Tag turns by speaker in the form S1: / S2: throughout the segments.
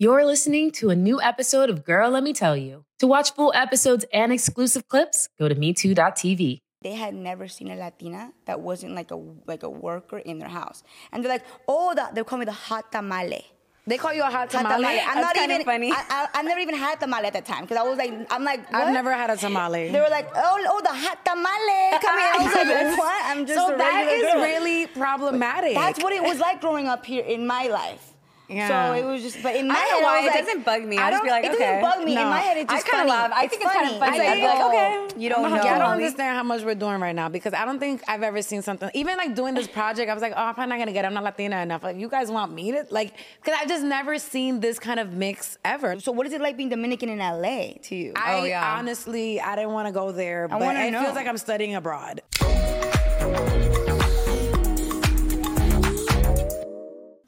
S1: You're listening to a new episode of Girl Let Me Tell You. To watch full episodes and exclusive clips, go to MeToo.tv.
S2: they had never seen a Latina that wasn't like a like a worker in their house, and they're like, "Oh, the, they call me the hot tamale."
S3: They call you a hot
S2: Hot I'm
S3: tamale. That's
S2: not
S3: kinda
S2: even.
S3: funny.
S2: I, I, I never even had tamale at that time because I was like, I'm like,
S3: I've
S2: what?
S3: never had a tamale.
S2: They were like, "Oh, oh, the hot tamale." Come here. I was like, "What?" I'm just
S3: so
S2: a
S3: that
S2: regular
S3: is
S2: girl."
S3: really problematic.
S2: That's what it was like growing up here in my life.
S3: Yeah.
S2: So it was just, but in my
S4: I don't
S2: head,
S4: know why
S2: I was
S4: it
S2: like-
S4: doesn't bug me.
S2: I
S4: I just
S2: don't-
S4: be like,
S2: it
S4: okay.
S2: doesn't bug me. In
S3: No.
S2: my head, it's
S4: I
S2: just
S4: kinda
S2: funny.
S4: laugh. I think it's kinda funny.
S2: I
S4: I'd
S2: think
S4: be like, "Oh." okay. You don't
S3: I'm like,
S4: know.
S3: I don't understand how much we're doing right now because I don't think I've ever seen something. Even like doing this project, I was like, oh, I'm probably not gonna get. it. I'm not Latina enough. Like, you guys want me to like? Because I've just never seen this kind of mix ever.
S2: So what is it like being Dominican in LA to you?
S3: I
S4: Oh, yeah.
S3: honestly, I didn't want to go there, but
S2: wanna
S3: it
S2: know.
S3: feels like I'm studying abroad.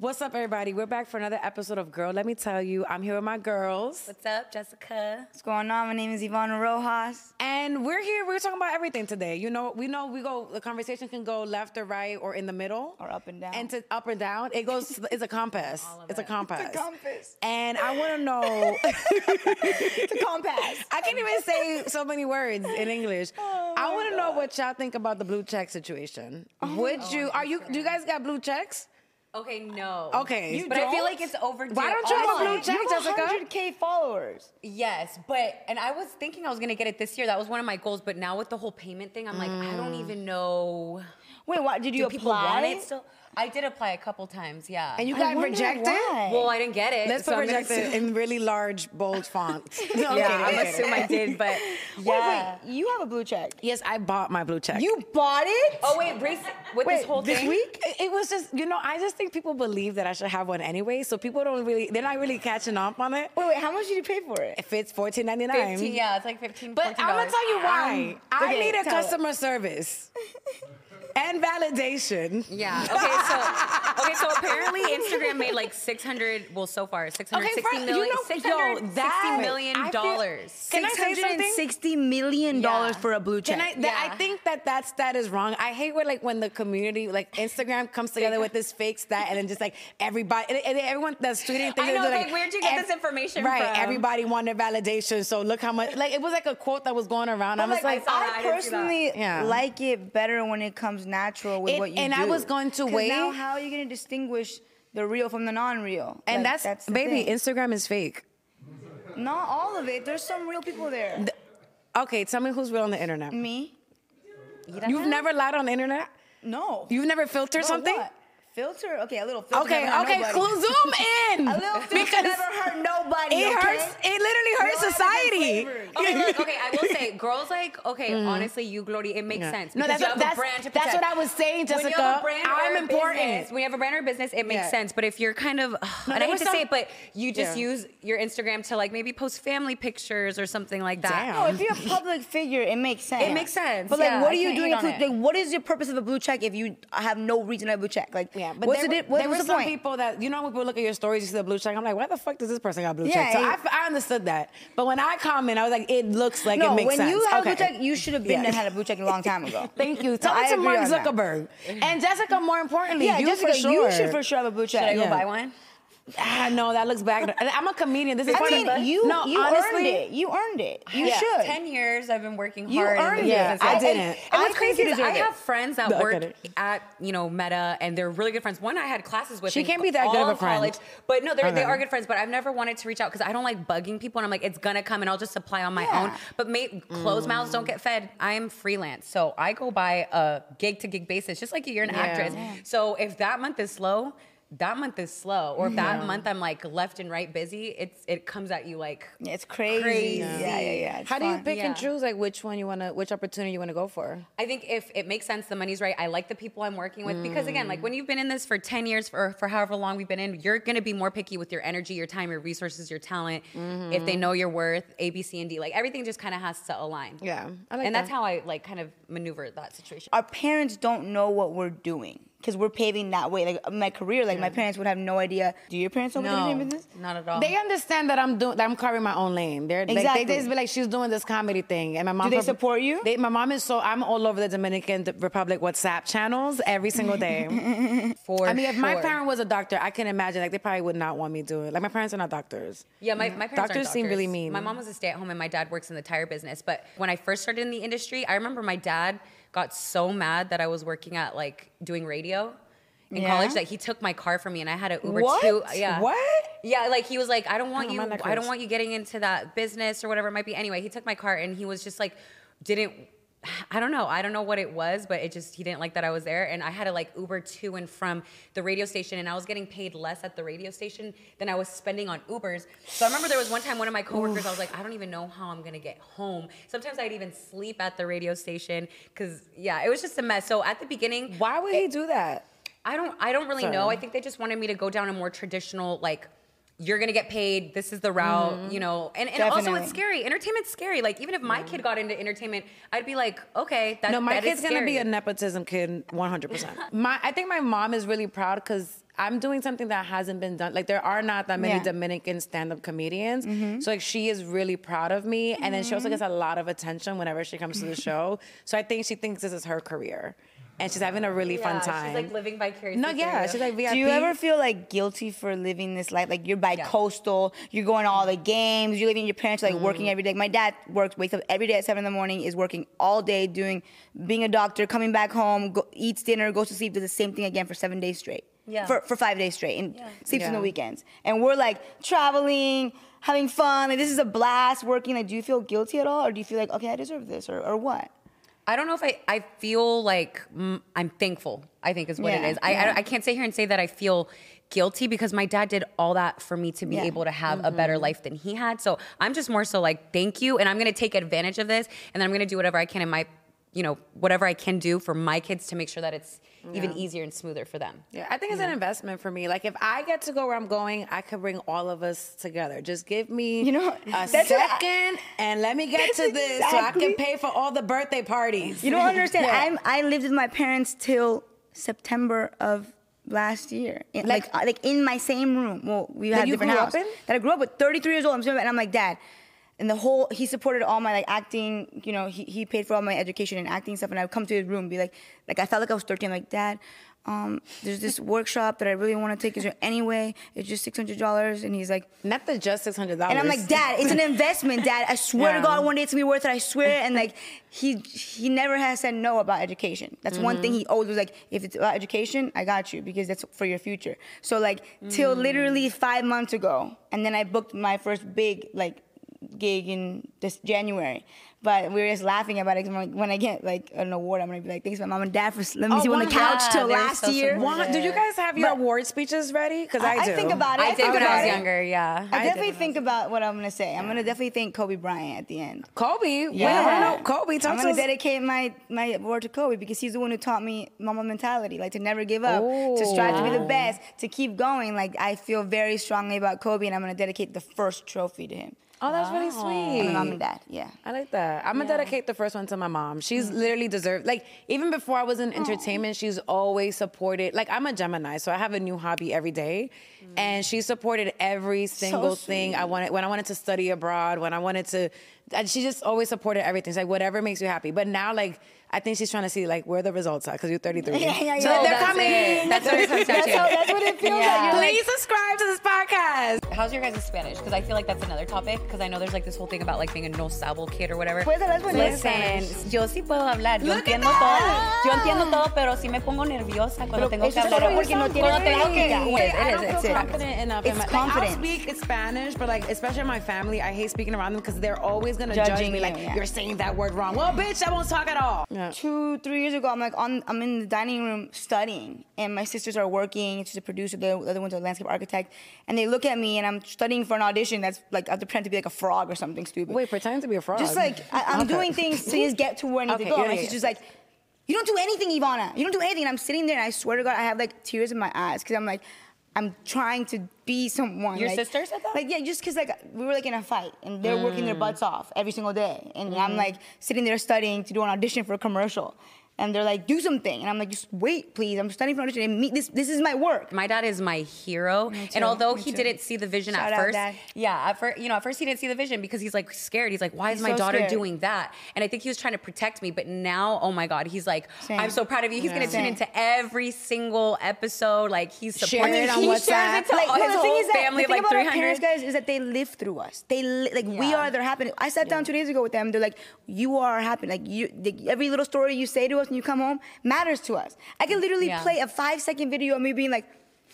S3: What's up, everybody? We're back for another episode of Girl. Let me tell you, I'm here with my girls,
S4: What's up, Jessica?
S2: What's going on? My name is Ivana Rojas.
S3: and we're here. We're talking about everything today. You know, we know we go. The conversation can go left or right or in the middle
S2: Or up and down.
S3: And to up or down, it goes. It's a compass. It's a compass.
S2: compass.
S3: And I want to know.
S2: It's a compass.
S3: I can't even say so many words in English. I want to know what y'all think about the blue check situation. Would you? Are you? Do you guys got blue checks?
S4: Okay, no.
S3: Okay. You
S4: but I feel
S2: don't?
S4: like it's overdue.
S3: Why don't you have a
S4: honestly.
S3: blue check,
S2: you have
S3: Jessica?
S2: 100k followers.
S4: Yes, but and I was thinking I was gonna get it this year. That was one of my goals. But now with the whole payment thing, I'm like, I don't even know.
S2: Wait, what? Did you
S4: Do
S2: apply?
S4: people want it still? I did apply a couple times. Yeah.
S3: And you
S2: I
S3: got
S2: wonder
S3: rejected.
S2: why.
S4: well, I didn't get it.
S3: Let's
S4: so
S3: put
S4: I'm gonna
S3: rejected
S4: assume-
S3: in really large bold font. No, I'm
S4: Yeah,
S3: kidding,
S4: I'm
S3: I'm kidding.
S4: assume I did, but yeah.
S2: Wait, wait. You have a blue check.
S3: Yes, I bought my blue check.
S2: You bought it?
S4: Oh wait, Reese, with this whole thing.
S3: week? It it was just, you know, I just think people believe that I should have one anyway. So people don't really, they're not really catching up on it.
S2: Wait, wait. How much did you pay for it?
S3: If it's fourteen ninety nine.
S4: 15, yeah, it's like 15
S3: But I'm gonna
S4: $14.
S3: tell you why.
S2: Um,
S3: I
S2: okay,
S3: need a
S2: tell us.
S3: customer service and validation.
S4: Yeah. Okay. So okay. So apparently Instagram made like six hundred. Well, so far six hundred sixty
S3: fir-
S4: million.
S3: you know, yo, that- I feel-
S4: dollars.
S3: Can I say something?
S2: $660 million dollars for a blue check.
S3: Can I, that, I
S4: Yeah.
S3: think that that stat is wrong. I hate when like when the community, like Instagram, comes together with this fake stat, and then just like everybody, and, and everyone that's tweeting, things
S4: I know,
S3: they're
S4: like, where'd you get this information
S3: Right,
S4: from?
S3: everybody wanted validation, so look how much. Like it was like a quote that was going around. I was
S2: Like,
S3: like,
S4: saw that.
S2: I,
S4: I didn't see that.
S2: personally
S3: Yeah.
S2: like it better when it comes natural with
S3: It-
S2: what you
S3: and
S2: do.
S3: I was going to
S2: 'Cause
S3: wait.
S2: Now, how are you going to distinguish the real from the non-real?
S3: and
S2: Like,
S3: that's,
S2: the
S3: baby,
S2: thing.
S3: Instagram is fake.
S2: not all of it. There's some real people there.
S3: Okay, tell me who's real on the internet.
S2: Me?
S3: You've never lied on the internet.
S2: No.
S3: You've never filtered
S2: But
S3: something.
S2: what? Filter? Okay, a little filter.
S3: Okay,
S2: never hurt
S3: okay,
S2: nobody.
S3: cool. Zoom in.
S2: A little filter never hurt nobody.
S3: It
S2: okay?
S3: hurts. It literally hurts
S2: No, everything's
S3: society.
S2: flavored.
S4: Okay, look, okay, I will say, girls like, okay, honestly, you, Glory, it makes
S3: Yeah.
S4: sense.
S3: No,
S4: because
S3: that's
S4: you
S3: what-
S4: have
S3: that's-
S4: a brand to
S3: that's
S4: protect.
S3: what I was saying,
S4: When you
S3: Jessica.
S4: have a brand
S3: I'm
S4: or a
S3: important.
S4: business- when you have a brand or a business, it makes
S3: Yeah.
S4: sense. But if you're kind of, and I
S3: there
S4: hate
S3: was
S4: to
S3: some-
S4: say it, but you just
S3: Yeah.
S4: use your Instagram to like maybe post family pictures or something like that.
S3: Damn.
S2: No, if you're a public figure, it makes sense.
S4: It makes sense,
S2: But like,
S4: yeah,
S2: what
S4: I
S2: are you
S4: can't
S2: doing?
S4: hate
S2: If,
S4: on
S2: like,
S4: it.
S2: what is your purpose of a blue check if you have no reason to have a blue check? Like,
S3: Yeah, but
S2: what's
S3: there,
S2: the
S3: were-
S2: di- what-
S3: there were
S2: what's the
S3: some
S2: point?
S3: people that you know when people look at your stories, you see the blue check. I'm like, why the fuck does this person got a blue
S2: Yeah,
S3: check? So
S2: it-
S3: I f I I, underted that, but when I comment, I was like, it looks like
S2: no,
S3: it makes
S2: when
S3: sense.
S2: you have a blue
S3: Okay.
S2: check, you should have been
S3: Yeah.
S2: and had a blue check a long time ago.
S3: Thank you.
S2: No,
S3: Tell
S2: I
S3: it to
S2: agree
S3: Mark
S2: on that.
S3: Zuckerberg and Jessica. More importantly,
S2: Yeah,
S3: you
S2: Jessica,
S3: for sure.
S2: you should for sure have a blue check.
S4: Should I go
S3: Yeah.
S4: buy one?
S3: Ah, no, that looks bad. And I'm a comedian. This is
S2: I
S3: part of-
S2: mean, you
S3: no,
S2: you
S3: honestly,
S2: earned it. You earned it. You
S3: Yeah.
S2: should.
S4: 10 years I've been working
S2: You
S4: hard. in the
S2: earned it.
S3: Yeah,
S4: business.
S3: I
S4: And-
S3: didn't.
S4: And
S2: I
S4: what's
S2: think
S4: crazy
S2: you
S4: is I
S2: deserve it.
S4: have friends that
S3: No, I
S4: work
S3: get it.
S4: at, you know, Meta and they're really good friends. One I had classes with.
S3: She
S4: in
S3: can't be that
S4: all
S3: good of a
S4: of
S3: friend.
S4: College, but no, they're,
S3: Okay.
S4: they are good friends, but I've never wanted to reach out because I don't like bugging people and I'm like, it's gonna come and I'll just apply on my
S2: Yeah.
S4: own. But mate, closed mouths don't get fed. I'm freelance. So I go by a gig to gig basis, just like you're an
S3: Yeah.
S4: actress. So if that month is slow, that month is slow,
S3: Mm-hmm.
S4: or if that month I'm like left and right busy, it's it comes at you like
S2: Yeah, It's crazy.
S4: Crazy.
S2: Yeah, yeah, yeah. it's
S3: How do you
S2: fun.
S3: pick and
S4: Yeah.
S3: choose like which one you want to, which opportunity you want to go for?
S4: I think if it makes sense, the money's right. I like the people I'm working with because again,
S3: Mm.
S4: like when you've been in this for 10 years for for however long we've been in, you're gonna be more picky with your energy, your time, your resources, your talent. If
S3: Mm-hmm.
S4: they know your worth, A, B, C, and D, like everything just kind of has to align.
S3: Yeah, I like
S4: and that's
S3: that.
S4: how I like kind of maneuver that situation.
S2: Our parents don't know what we're doing. because we're paving that way. Like my career, like my parents would have no idea. Do your parents know what they're
S4: No,
S2: doing in business?
S4: Oh, not at all.
S3: They understand that I'm doing that I'm carving my own lane. They're like,
S2: Exactly.
S3: they just be like, she's doing this comedy thing, and my mom.
S2: they
S3: prob-
S2: support you?
S3: They, my mom is so I'm all over the Dominican Republic WhatsApp channels every single day.
S4: for
S3: I mean, if my
S4: sure.
S3: parent was a doctor, I can imagine like they probably would not want me doing it. Like my parents are not doctors.
S4: Yeah, my, my parents aren't
S3: Doctors seem really mean.
S4: My mom was a stay at home and my dad works in the tire business. But when I first started in the industry, I remember my dad got so mad that I was working at like doing radio in
S2: Yeah.
S4: college that he took my car from me and I had to Uber
S3: What?
S4: to yeah.
S3: What?
S4: Yeah, like he was like, I don't want
S3: Oh,
S4: you
S3: my neck
S4: I don't
S3: hurts.
S4: want you getting into that business or whatever it might be. Anyway, he took my car and he was just like didn't I don't know. I don't know what it was, but it just he didn't like that I was there and I had to like Uber to and from the radio station and I was getting paid less at the radio station than I was spending on Ubers. So I remember there was one time one of my coworkers I was like, I don't even know how I'm going to get home. Sometimes I'd even sleep at the radio station cuz yeah, it was just a mess. So at the beginning,
S3: Why would he do that?
S4: I don't I don't really know.
S3: Sorry.
S4: I think they just wanted me to go down a more traditional like you're gonna get paid. This is the route,
S3: Mm-hmm.
S4: you know. And and also
S2: Definitely.
S4: it's scary. Entertainment's scary. Like even if my kid got into entertainment, I'd be like, okay, that,
S3: No, my
S4: that
S3: kid's
S4: is
S3: gonna be a
S4: scary.
S3: nepotism kid, one hundred percent. My, I think my mom is really proud because I'm doing something that hasn't been done. Like there are not that many
S2: Yeah.
S3: Dominican stand-up comedians, so like she is really proud of me. And then she also gets a lot of attention whenever she comes to the show. So I think she thinks this is her career, and she's having a really
S4: Yeah,
S3: fun time.
S4: She's like living vicariously.
S3: no,
S4: through
S3: yeah,
S4: you.
S3: she's like VIP.
S2: Do you ever feel like guilty for living this life? Like you're bi-coastal, you're going to all the games, you're living your parents like working
S3: Mm-hmm.
S2: every day. Like, my dad works, wakes up every day at seven in the morning, is working all day, doing being a doctor, coming back home, go, eats dinner, goes to sleep, does the same thing again for seven days straight.
S4: Yeah.
S2: For, for five days straight, and sleeps on the
S3: Yeah.
S2: weekends. And we're like traveling, having fun. Like this is a blast, working. Like, do you feel guilty at all, or do you feel like okay, I deserve this, or or what?
S4: I don't know if I, I feel like mm, I'm thankful, I think is what
S2: Yeah,
S4: it is. I,
S2: yeah.
S4: I, I can't sit here and say that I feel guilty because my dad did all that for me to be
S2: Yeah. Mm-hmm.
S4: able to have a better life than he had. So I'm just more so like, thank you. And I'm going to take advantage of this. And then I'm going to do whatever I can in my, you know, whatever I can do for my kids to make sure that it's even easier and smoother for them.
S3: Yeah, I think it's an investment for me. Like if I get to go where I'm going, I could bring all of us together. Just give me,
S2: You know,
S3: a
S2: that's
S3: second,
S2: what I-
S3: and let me get
S2: That's
S3: to this so I
S2: exactly-
S3: can pay for all the birthday parties.
S2: You don't understand. I'm I lived with my parents till September of last year. In- like
S3: Like-
S2: uh, like in my same room. Well, we
S3: That
S2: had
S3: you
S2: different
S3: grew
S2: house.
S3: up in?
S2: That I grew up with. 33 years old. I'm still- and I'm like dad. And the whole he supported all my like acting. You know, he, he paid for all my education and acting stuff. And I would come to his room, and be like, like I felt like I was 13. I'm like dad. Um, there's this workshop that I really want to take. Is there any way? It's just six hundred dollars, and he's like,
S3: Not the just six hundred dollars.
S2: and I'm like, Dad, it's an investment, Dad. I swear to
S3: Yeah.
S2: God, one day it's gonna be worth it. I swear. And like, he he never has said no about education. That's one thing he always was like, if it's about education, I got you because that's for your future. So like, till literally five months ago, and then I booked my first big like gig in this January. But we were just laughing about it. 'cause I'm like, when I get like an award, I'm gonna be like, thanks, my mom and dad, for s- let me
S3: Oh,
S2: sit on the
S3: wow.
S2: couch till
S4: They're
S2: last
S4: so
S2: year.
S3: Juan, do you guys have your
S2: But-
S3: award speeches ready? Because
S2: I-
S3: I,
S2: I
S3: do.
S2: think about it.
S4: I
S2: I
S4: did
S2: think
S4: when I
S2: about
S4: was
S2: it.
S4: younger, yeah.
S2: I,
S3: I
S2: definitely
S3: did.
S2: think about what I'm gonna say. I'm gonna definitely thank Kobe Bryant at the end.
S3: Kobe.
S2: Yeah.
S3: Yeah. Wait, Kobe, talk
S2: I'm
S3: to
S2: gonna
S3: us.
S2: dedicate my my award to Kobe because he's the one who taught me mama mentality, like to never give up, to strive to be the best, to keep going. Like I feel very strongly about Kobe, and I'm gonna dedicate the first trophy to him.
S3: oh, that's really
S2: And my
S3: sweet.
S2: mom and dad, yeah. Mm.
S3: I like that. I'm gonna dedicate the first one to my mom. She's literally deserved. Like even before I was in entertainment, she's always supported. Like I'm a Gemini, so I have a new hobby every day,
S2: Mm.
S3: and she supported every single thing I wanted. When I wanted to study abroad, when I wanted to, and she just always supported everything. It's like whatever makes you happy. But now, like I think she's trying to see like where the results are because you're 33.
S2: Yeah, yeah, yeah.
S3: So they're
S2: That's
S3: coming.
S4: it. That's what it comes down
S2: That's,
S4: to.
S2: how, that's what it feels
S4: Yeah.
S2: like. You're like,
S3: Please subscribe to this podcast.
S4: How's your guys' Spanish? Because I feel like that's another topic. Because I know there's like this whole thing about like being a no sabo kid or whatever.
S2: Pues hablas bonito.
S4: Listen, yo sí puedo hablar. Yo
S3: Look at
S4: entiendo
S3: that.
S4: todo. Yo entiendo todo, pero sí me pongo nerviosa
S2: Pero
S4: cuando tengo que
S2: eso es
S4: hablar.
S2: solo porque no tiene
S4: cuando tengo que.
S2: práctica.
S4: It is,
S3: I
S4: it
S3: don't
S4: is,
S3: feel
S4: it's it.
S3: confident enough. in
S2: It's
S3: my,
S2: confidence.
S3: Like, I'll speak Spanish, but like especially my family, I hate speaking around them because they're always gonna
S2: Judging
S3: judge me.
S2: you,
S3: Like
S2: yeah.
S3: you're saying that word wrong. Well, bitch, I won't talk at all. Yeah.
S2: two, three years ago, I'm like on, I'm in the dining room studying, and my sisters are working. She's a producer, the other one's a landscape architect, and they look at me, and I'm studying for an audition. That's like I have to pretend to be like a frog or something stupid.
S3: Wait, pretend to be a frog.
S2: Just like I, I'm
S3: Okay.
S2: doing things to just get to where I need
S3: Okay,
S2: to go.
S3: yeah,
S2: and
S3: yeah,
S2: she's
S3: yeah.
S2: just like, you don't do anything, Ivana. You don't do anything. And I'm sitting there, and I swear to God, I have like tears in my eyes because I'm like. I'm trying to be someone.
S4: Your
S2: like-
S4: sister said that?
S2: Like, yeah, just because like we were like in a fight, and they're
S3: Mm. Mm-hmm.
S2: working their butts off every single day, and I'm like sitting there studying to do an audition for a commercial, and they're like, do something. And I'm like, just wait, please. I'm standing for audition. And me, this, this is my work.
S4: My dad is my hero, and although he didn't see the vision
S2: Shout
S4: at
S2: out,
S4: first,
S2: Dad.
S4: yeah, at first, you know, at first he didn't see the vision because he's like scared. He's like, "Why is
S2: He's
S4: my
S2: so
S4: daughter
S2: scared.
S4: doing that?" And I think he was trying to protect me, but now, oh my God, he's like,
S2: Same.
S4: "I'm so proud of you." He's gonna
S2: Same.
S4: tune into every single episode. Like he's
S3: Share
S4: supporting.
S3: it on
S4: he
S3: WhatsApp.
S4: shares it to
S2: Like,
S4: all-
S2: no,
S4: his
S2: the thing
S4: whole
S2: is that
S4: family
S2: the
S4: of
S2: thing
S4: like
S2: about our
S4: 300.
S2: parents, guys, is that they live through us. They li- like we
S4: Yeah.
S2: are their happiness. I sat down two days ago with them. They're like, "You are our happiness. Like you, the, every little story you say to us when you come home matters to us." I can literally
S4: Yeah.
S2: play a five second video of me being like,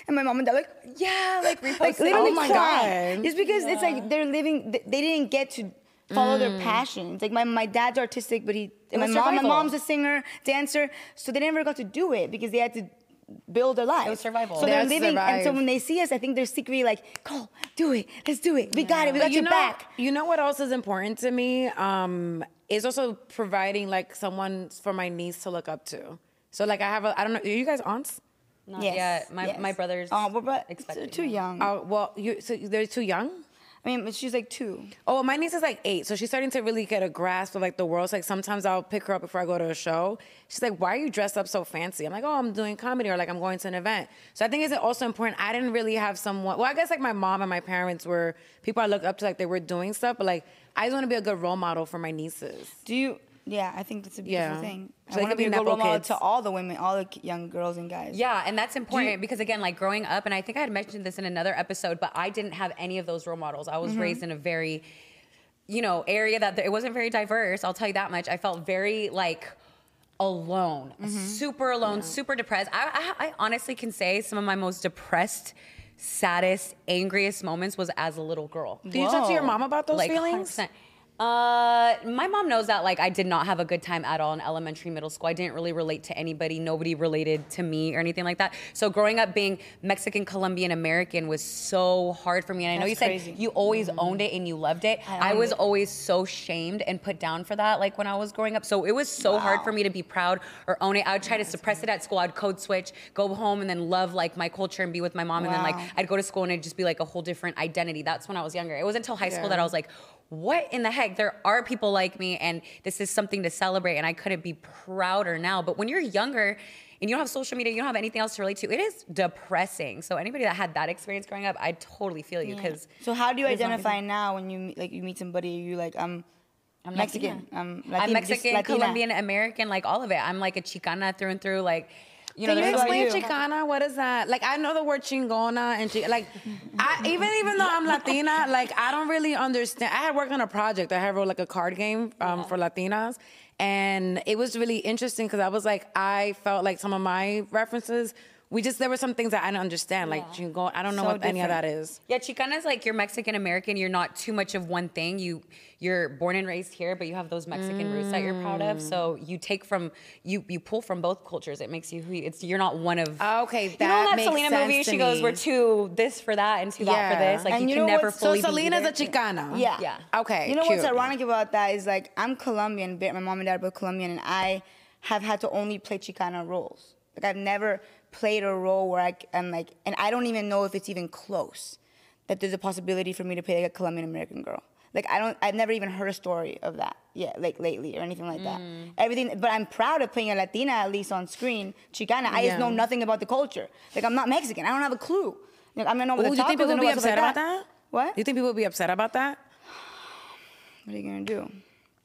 S2: and my mom and dad like, "Yeah, like
S4: repost
S2: like
S4: it.
S2: literally
S4: Oh my
S2: crying.
S3: God.
S2: Just because it's like they're living. They, they didn't get to. Follow their passions. Like my, my dad's artistic, but he and my
S4: Mm. was
S2: mom. My
S4: survival.
S2: mom's a singer, dancer, so they never got to do it because they had to build their life. It
S4: was survival.
S2: So
S4: They
S2: they're
S3: had to
S2: living, and so
S3: survive.
S2: when they see us, I think they're secretly like, "Cole, do it. Let's do it. We got it. We
S3: But
S2: got your
S3: know,
S2: back."
S3: You know what else is important to me? Um, is also providing like someone for my niece to look up to. So like I have a I don't know, are you guys aunts?
S4: Not yet. My my brother's.
S2: Oh, we're bro-
S4: expecting Oh.
S2: too
S4: him.
S2: young.
S3: Uh, well, you so they're too young?
S2: I mean, but she's like two.
S3: Oh, my niece is like eight, so she's starting to really get a grasp of like the world. So, like sometimes I'll pick her up before I go to a show. She's like, "Why are you dressed up so fancy?" I'm like, "Oh, I'm doing comedy, or like I'm going to an event." So I think it's also important. I didn't really have someone. Well, I guess like my mom and my parents were people I looked up to, like they were doing stuff. But like I just want to be a good role model for my nieces.
S2: Do you? Yeah, I think that's a beautiful
S3: Yeah.
S2: thing.
S3: So
S2: I
S3: they
S2: want to
S3: could be
S2: be a good role
S3: Nepo
S2: model
S3: kids.
S2: to all the women, all the young girls and guys.
S4: Yeah, and that's important because again, like growing up, and I think I had mentioned this in another episode, but I didn't have any of those role models. I was raised in a very, you know, area that it wasn't very diverse. I'll tell you that much. I felt very like alone, super alone, super depressed. I, I, I honestly can say some of my most depressed, saddest, angriest moments was as a little girl
S3: Did you talk to your mom about those
S4: like,
S3: feelings?
S4: 100%. Uh, my mom knows that like I did not have a good time at all in elementary, middle school. I didn't really relate to anybody. Nobody related to me or anything like that. So growing up being Mexican, Colombian, American was so hard for me. And I know
S2: That's
S4: you
S2: crazy.
S4: said you always owned it and you loved it. I, was always so shamed and put down for that. Like when I was growing up, so it was so hard for me to be proud or own it. I would try to suppress it at school. I'd code switch, go home, and then love like my culture and be with my mom. And then like
S2: Wow.
S4: I'd go to school and it'd just be like a whole different identity. That's when I was younger. It wasn't until high school
S3: Yeah.
S4: that I was like, what in the heck? There are people like me, and this is something to celebrate, and I couldn't be prouder now. But when you're younger and you don't have social media, you don't have anything else to relate to, it is depressing. So, anybody that had that experience growing up, I totally feel you because
S2: So how do you
S4: not
S2: identify now when you meet- like you meet somebody? You like I'm.
S4: I'm
S2: Mexican.
S4: Latina.
S2: I'm
S4: I'm
S2: Latina, just
S4: Mexican,
S2: Latina.
S4: Colombian, American, like all of it. I'm like a Chicana through and through. Like, you know,
S3: Can you
S4: there's
S2: What about
S3: explain
S2: you?
S3: Chicana? What is that? Like I know the word chingona and chi- like I even even though I'm Latina, like I don't really understand. I had worked on a project. I had wrote like a card game um, for Latinas, and it was really interesting because I was like I felt like some of my references. We just there were some things that I didn't understand, like chingona. I don't know
S2: So
S3: what any of
S2: different.
S3: that is.
S4: Yeah, Chicana is like you're Mexican American. You're not too much of one thing. You you're born and raised here, but you have those Mexican roots that you're proud of. So
S2: Mm.
S4: you take from you you pull from both cultures. It makes you who you, it's you're not one of.
S2: Ah,
S3: Okay,
S4: you know
S3: that
S4: in that
S3: makes
S4: Selena
S3: sense
S4: movie.
S3: to
S4: She goes,
S3: me.
S4: "We're too this for that and too that for
S3: Yeah.
S4: this." Like
S2: And
S4: you,
S2: you
S4: can
S2: know
S4: never
S2: what's-
S3: So
S4: fully. be
S3: Selena's
S4: either.
S3: a Chicana.
S2: Yeah.
S4: Yeah.
S3: Okay.
S2: You know what's
S3: cute.
S2: ironic about that is like I'm Colombian, but my mom and dad are both Colombian, and I have had to only play Chicana roles. Like I've never played a role where I c- am like, and I don't even know if it's even close that there's a possibility for me to play like a Colombian American girl. Like I don't, I've never even heard a story of that yet, like lately or anything like that.
S3: Mm.
S2: Everything, but I'm proud of playing a Latina at least on screen, Chicana. I
S3: Yeah.
S2: just know nothing about the culture. Like I'm not Mexican. I don't have a clue. Like I'm not know
S3: Ooh,
S2: what the
S3: you think
S2: tacos
S3: people
S2: and
S3: would be
S2: all that stuff
S3: upset
S2: like
S3: about
S2: that.
S3: that?
S2: What?
S3: You think people would be upset about that?
S2: what are you gonna do?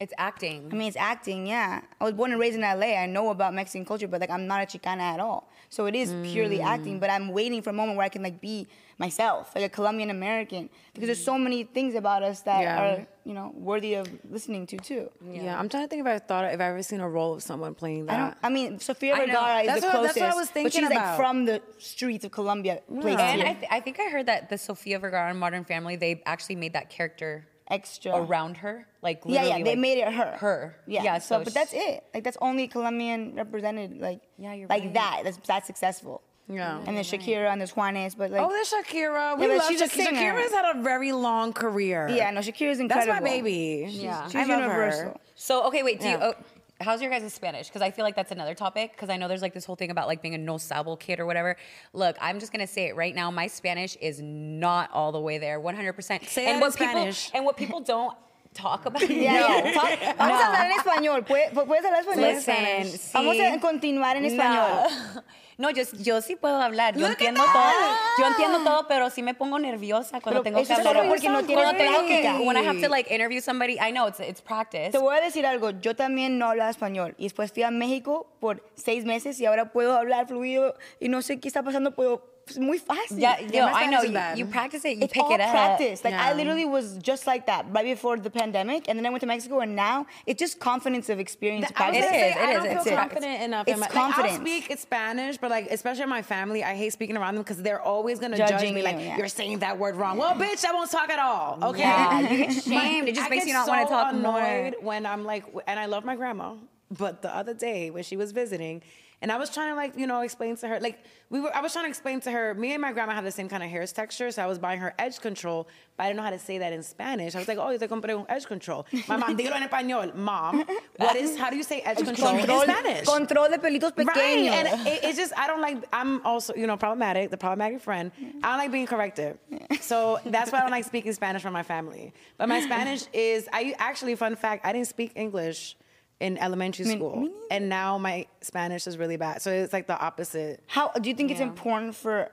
S4: it's acting.
S2: I mean, it's acting, yeah. I was born and raised in LA. I know about Mexican culture, but like, I'm not a Chicana at all. So it is purely
S3: Mm.
S2: acting, but I'm waiting for a moment where I can like be myself, like a Colombian American, because there's so many things about us that
S3: Mm. Yeah.
S2: are, you know, worthy of listening to too.
S3: Yeah. I'm trying to think if I thought if I ever seen a role of someone playing that.
S2: I don't. I mean, Sofia
S4: I know.
S2: Vergara is
S3: That's
S2: the
S3: what-
S2: closest,
S3: that's what I was
S2: but she's
S3: thinking
S2: like
S3: about.
S2: from the streets of Colombia, place
S4: and
S2: here.
S4: I, th- I think I heard that the Sofia Vergara in Modern Family they actually made that character
S2: extra
S4: around her. Like
S2: Yeah, yeah,
S4: literally,
S2: they
S4: like,
S2: made it her.
S4: Her.
S2: Yeah. so,
S4: so
S2: but that's
S4: she-
S2: it. Like that's only Colombian represented. Like
S4: Yeah, you're
S2: like
S4: right.
S2: that. That's that's successful.
S3: Yeah.
S2: And there's Shakira and there's Juanes, but like
S3: Oh, there's Shakira. We
S2: but
S3: love
S2: she's a
S3: Shakira.
S2: singer.
S3: Shakira's had a very long career.
S2: yeah, no, Shakira's
S3: That's
S2: incredible.
S3: my baby.
S4: Yeah.
S2: She's
S3: I love her.
S2: universal.
S4: So okay, wait. Do you?
S3: Yeah.
S4: Oh, how's your guys' Spanish? Because I feel like that's another topic. Because I know there's like this whole thing about like being a no sabo kid or whatever. Look, I'm just gonna say it right now. My Spanish is not all the way there, 100. percent
S3: Say that in
S4: people
S3: Spanish.
S4: and what people don't talk about it.
S2: Yeah,
S4: No.
S2: yeah.
S4: Talk-
S2: Vamos a hablar en español. ¿Puedes, puedes hablar español?
S4: Listen,
S2: Vamos
S4: sí.
S2: a continuar en español.
S4: No. No, yo, yo sí puedo hablar. Yo
S2: Look at
S4: entiendo
S2: that.
S4: todo. Yo entiendo todo, pero sí me pongo nerviosa
S2: Pero
S4: cuando tengo que
S2: eso es
S4: hablar.
S2: solo porque no tienes
S4: Cuando tengo que-
S2: práctica.
S4: When I have to like interview somebody, I know it's it's practice.
S2: Te voy a decir algo, yo también no hablaba español y después fui a México por seis meses y ahora puedo hablar fluido y no sé qué está pasando, puedo, es muy fácil.
S4: Yeah, yo,
S3: más
S4: I know.
S3: sabes
S4: You,
S3: that.
S4: you practice it, you
S2: It's
S4: pick
S2: all
S4: it up.
S2: practice. Like I
S3: Yeah.
S2: literally was just like that right before the pandemic, and then I went to Mexico, and now it's just confidence of experience.
S3: I was
S2: practice.
S3: gonna
S4: It
S3: say,
S4: is, it
S3: I
S4: is,
S3: don't
S4: it's
S3: feel
S4: it.
S3: confident enough. in
S2: It's
S3: my, Like, I'll
S2: confidence.
S3: speak Spanish, but like especially in my family, I hate speaking around them because they're always gonna judge
S2: Judging
S3: me.
S2: you,
S3: like
S2: yeah.
S3: you're saying that word wrong. Well, bitch, I won't talk at all. Okay.
S4: Yeah, you get shamed. It just
S3: I
S4: makes
S3: get
S4: you not
S3: so
S4: want to talk
S3: annoyed
S4: more.
S3: when I'm like, w- and I love my grandma, but the other day when she was visiting, and I was trying to like, you know, explain to her, like we were, I was trying to explain to her. Me and my grandma have the same kind of hair texture, so I was buying her edge control, but I didn't know how to say that in Spanish. I was like, oh, yo te compré un edge control. My mom, dilo en español. Mom, what is? How do you say edge control, in Spanish?
S2: control de pelitos pequeños.
S3: Right, and it, it's just I don't like. I'm also you know problematic, the problematic friend. I don't like being corrected, so that's why I don't like speaking Spanish from my family. But my Spanish is I actually fun fact I didn't speak English in elementary school, and now my Spanish is really bad. So it's like the opposite.
S2: How do you think it's
S3: Yeah.
S2: important for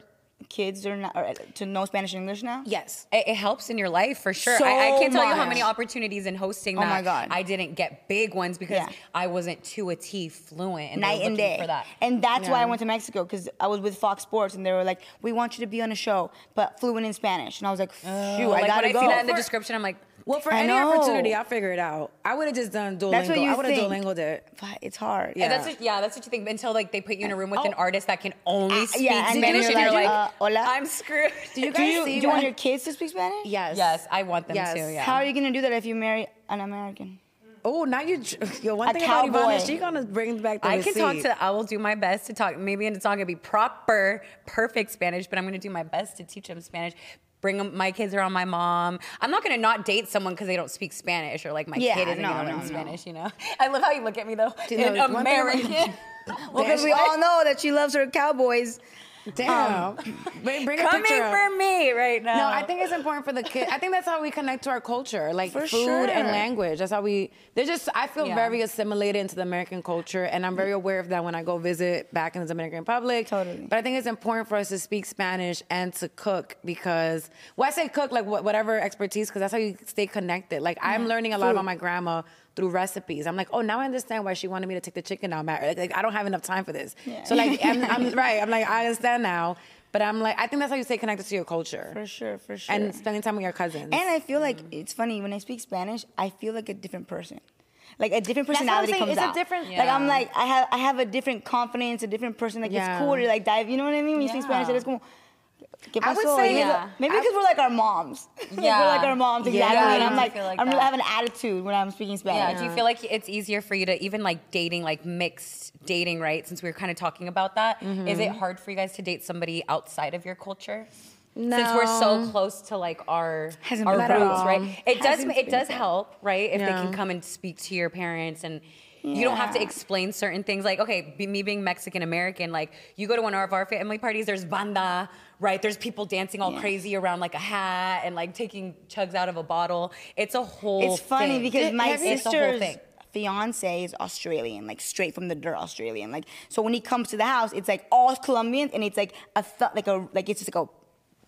S2: kids or not or to know Spanish and English now?
S3: Yes,
S4: It, it helps in your life for sure.
S2: So
S4: I, I can't tell you how
S2: much.
S4: many opportunities in hosting
S2: Oh
S4: that
S2: my God.
S4: I didn't get big ones because
S2: Yeah.
S4: I wasn't to a T fluent and they were
S2: night and
S4: looking
S2: day.
S4: for that.
S2: And that's why I
S3: Yeah.
S2: went to Mexico because I was with Fox Sports and they were like, "We want you to be on a show, but fluent in Spanish." And I was like, "Phew, I
S4: Oh, like
S2: gotta
S4: when
S2: go."
S4: I see that in the description, I'm like,
S3: Well, for
S2: I
S3: any
S2: know.
S3: opportunity, I'll figure it out. I would have just done Duolingo.
S2: That's what you
S3: I would have
S2: think.
S3: Duolingo it.
S2: But it's hard.
S4: yeah.
S3: Yeah.
S4: That's what, yeah, that's what you think until like they put you in a room with
S3: Oh.
S4: an artist that can only speak
S2: Ah, yeah, and then
S4: Spanish, and
S2: you're
S4: you're like,
S2: like, uh, hola.
S4: I'm screwed.
S3: Do you
S2: Do
S3: guys
S2: you,
S3: see
S2: do you want
S3: what-
S2: your kids to speak Spanish?
S3: Yes.
S4: Yes, I want them
S3: Yes.
S4: to. Yeah.
S2: How are you gonna do that if you marry an American?
S3: Oh, now you. Yo, one
S2: A
S3: thing about Ivana,
S2: cowboy.
S3: she gonna bring back the
S4: I can talk
S3: receipt.
S4: to. The, I will do my best to talk. Maybe it's not gonna be proper, perfect Spanish, but I'm gonna do my best to teach them Spanish. Bring 'em- my kids around my mom. I'm not gonna not date someone because they don't speak Spanish or like my
S2: Yeah,
S4: kid isn't
S2: no,
S4: gonna learn
S2: no, no.
S4: Spanish. You know. I love how you look at me though.
S3: you know,
S4: An
S3: one thing about-
S4: American.
S2: Well, because we all know that she loves her cowboys. Um,
S3: Damn. bring, bring a
S4: coming
S3: picture up.
S4: for me right now.
S3: No, I think it's important for the kid. I think that's how we connect to our culture, like
S2: For
S3: food
S2: sure.
S3: and language. That's how we. They're just. I feel
S4: Yeah.
S3: very assimilated into the American culture, and I'm very aware of that when I go visit back in the Dominican Republic.
S2: Totally.
S3: But I think it's important for us to speak Spanish and to cook because, well, I say cook like wh- whatever expertise, because that's how you stay connected. Like I'm learning a lot about my grandma through recipes. I'm like, oh, now I understand why she wanted me to take the chicken out. Matt. Like, like I don't have enough time for this.
S2: Yeah.
S3: So like, I'm, I'm right. I'm like, I understand now. But I'm like, I think that's how you stay connected to your culture
S2: For sure, for sure.
S3: and spending time with your cousins.
S2: And I feel like
S3: Mm.
S2: it's funny when I speak Spanish, I feel like a different person. Like a different
S3: That's what I'm
S2: personality
S3: saying,
S2: comes
S3: it's a
S2: out.
S3: different-
S2: Like I'm
S3: Yeah.
S2: like I have I have a different confidence, a different person. Like
S3: Yeah.
S2: it's cool to like dive. You know what I mean? When you speak Spanish,
S4: Yeah.
S2: it's como. ¿Qué
S3: I would
S2: pasó?
S3: say,
S2: You know,
S4: yeah.
S2: Maybe
S3: I-
S2: because we're like our moms. like
S4: Yeah.
S2: we're like our moms
S3: Yeah.
S2: exactly.
S3: Yeah,
S2: and I'm
S3: I
S2: like
S4: feel like
S2: I'm
S4: that.
S2: I have an attitude when I'm speaking
S4: Yeah.
S2: Spanish.
S4: Do you feel like it's easier for you to even like dating, like mixed dating, right? Since we were kind of talking about that, is it hard for you guys to date somebody outside of your culture? Since we're so
S3: No.
S4: close to like our
S2: Hasn't
S4: our
S2: been at
S4: roots,
S2: all.
S4: right? It does
S2: Hasn't
S4: it
S2: been
S4: does
S2: at all.
S4: help, right? If they
S3: Yeah.
S4: can come and speak to your parents and you don't have to
S2: Yeah.
S4: explain certain things. Like, okay, be, me being Mexican American, like you go to one of our family parties, there's banda, right? There's people dancing all
S2: Yeah.
S4: crazy around like a hat and like taking chugs out of a bottle. It's a whole.
S2: It's funny
S4: thing.
S2: because my
S4: It's a whole
S2: sister's
S4: thing.
S2: fiance is Australian, like straight from the dirt Australian. Like so when he comes to the house, it's like all Colombian and it's like a th- like a like it's just like a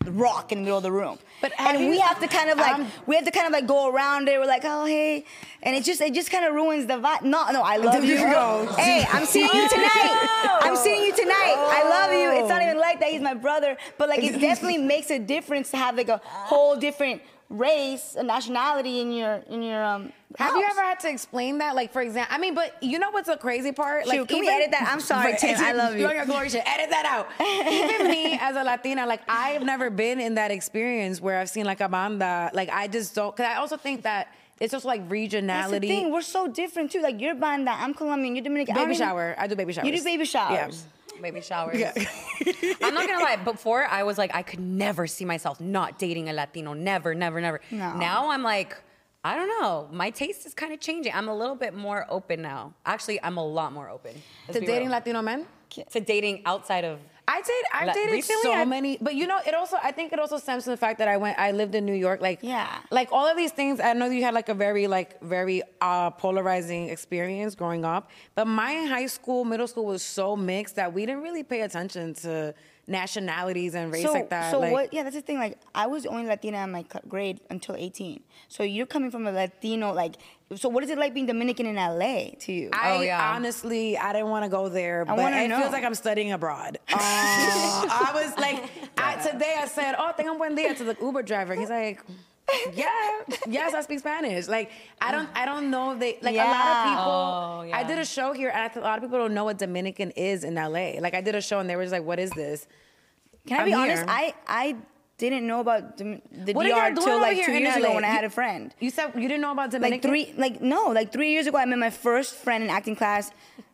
S2: rock in the middle of the room.
S3: But have
S2: and we
S3: you-
S2: have to kind of like
S3: Um,
S2: we have to kind of like go around it. We're like, oh hey, and it just it just kind of ruins the vibe. No, no, I love you. Hey, I'm seeing you
S3: Oh.
S2: tonight. I'm seeing you tonight. I love you. It's not even like that. He's my brother, but like it definitely makes a difference to have like a whole different race, a nationality in your in your um.
S3: Have you
S2: house.
S3: ever had to explain that? Like, for example, I mean, but you know what's the crazy part?
S2: Shoot,
S3: like,
S2: can we edit that? I'm sorry,
S3: Right,
S2: Tim, I love you.
S3: on your glory shit. Edit that out. even me as a Latina, like I've never been in that experience where I've seen like a banda. Like I just don't. Cause I also think that it's just like regionality.
S2: That's the thing. We're so different too. Like you're banda, I'm Colombian, you're Dominican. I
S3: Baby
S2: don't even-
S3: shower. I do baby showers.
S2: You do baby showers.
S4: baby showers. I'm not gonna lie. Before I was like, I could never see myself not dating a Latino. Never, never, never.
S2: No.
S4: Now I'm like, I don't know. My taste is kind of changing. I'm a little bit more open now. Actually, I'm a lot more open
S3: To dating Latino
S4: Latino
S3: men.
S4: to dating outside of.
S3: I did. I
S4: Like,
S3: dated
S4: recently,
S3: so
S4: I-
S3: many, but you know, it also. I think it also stems from the fact that I went. I lived in New York. Like,
S2: Yeah.
S3: like all of these things. I know you had like a very, like, very uh, polarizing experience growing up. But my high school, middle school was so mixed that we didn't really pay attention to nationalities and race
S2: so,
S3: like that.
S2: So
S3: like,
S2: what? Yeah, that's the thing. Like, I was the only Latina in my cl- grade until 18. So you're coming from a Latino, like, so what is it like being Dominican in LA to you?
S3: I
S4: Oh, yeah.
S3: honestly, I didn't want to go there, but
S2: wanna
S3: it
S2: know.
S3: feels like I'm studying abroad. Uh, I was like, I, today I said, "Oh, tengo un buen día" to the Uber driver. He's like, "Yeah, yes, I speak Spanish." Like, I don't, I don't know. They like a lot
S2: Yeah.
S3: of people.
S4: Oh, yeah.
S3: I did a show here, and I th- a lot of people don't know what Dominican is in LA. Like, I did a show, and they were just like, "What is this?"
S2: Can I
S3: I'm
S2: be
S3: here.
S2: honest? I I didn't know about the, the
S3: What are y'all
S2: DR
S3: doing
S2: till
S3: over
S2: like
S3: here
S2: two
S3: in
S2: years ago
S3: LA?
S2: when I
S3: You-
S2: had a friend.
S3: You said you didn't know about Dominican.
S2: Like three, like no, like three years ago, I met my first friend in acting class.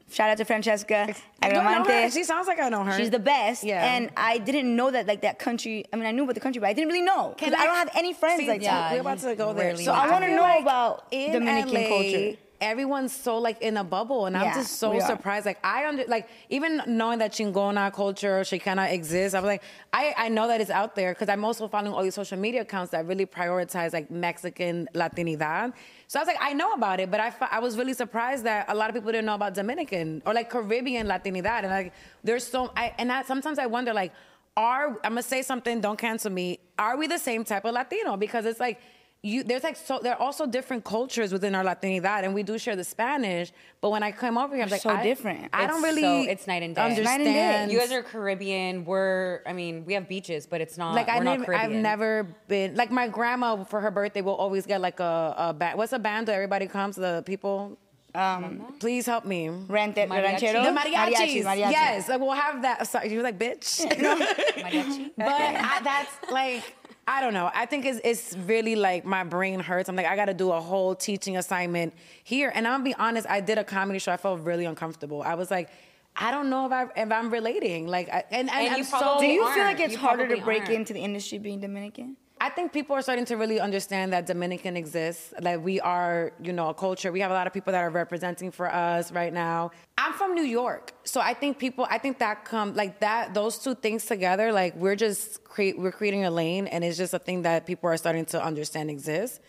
S2: Shout out to Francesca
S3: I don't know her.
S2: Agramante.
S3: She sounds like I know her.
S2: She's the best.
S3: Yeah.
S2: And I didn't know that like that country. I mean, I knew about the country, but I didn't really know. 'Cause I, don't have any friends
S3: See,
S2: like
S4: yeah.
S2: that.
S3: We're about to go there.
S4: Rarely
S3: So
S4: meet.
S3: I
S4: I
S3: want to
S2: feel
S3: know
S2: like
S3: about
S2: in
S3: Dominican
S2: LA,
S3: culture. Everyone's so like in a bubble, and I'm
S2: Yeah,
S3: just so
S2: we are.
S3: surprised. Like I under like even knowing that Chingona culture, Chicana exists. I'm like I I know that it's out there because I'm also following all these social media accounts that really prioritize like Mexican Latinidad. So I was like I know about it, but I fi- I was really surprised that a lot of people didn't know about Dominican or like Caribbean Latinidad, and like there's so I and I, sometimes I wonder like are I'm gonna say something, don't cancel me. Are we the same type of Latino? Because it's like you there's like so there are also different cultures within our Latinidad and we do share the Spanish, but when I came over here, I'm like
S2: so
S3: I,
S2: different.
S3: I
S4: It's
S3: don't really
S4: so- it's night and day. Night and day.
S3: Understand.
S4: You guys are Caribbean. We're, I mean, we have beaches, but it's not.
S3: like
S4: we're
S3: I
S4: not
S3: didn't, I've
S4: Caribbean.
S3: never been like my grandma for her birthday will always get like a, a ba- what's a band that everybody comes the people um please help me
S2: Rente,
S4: Mariachi.
S2: ranchero,
S3: the mariachis,
S2: mariachi, mariachi.
S3: yes like we'll have that sorry you were like bitch
S4: Mariachi.
S3: But I, that's like I don't know. I think it's it's really like my brain hurts. I'm like I got to do a whole teaching assignment here, and I'm gonna be honest. I did a comedy show. I felt really uncomfortable. I was like, I don't know if I if I'm relating. Like, I, and, and,
S4: And
S3: I'm
S4: you
S3: so.
S4: probably
S2: Do you feel like
S4: aren't.
S2: it's
S4: You
S2: harder to
S4: probably
S2: break
S4: aren't.
S2: into the industry being Dominican?
S3: I think people are starting to really understand that Dominican exists. Like we are, you know, a culture. We have a lot of people that are representing for us right now. I'm from New York, so I think people. I think that come like that. Those two things together, like we're just create. We're creating a lane, and it's just a thing that people are starting to understand exists.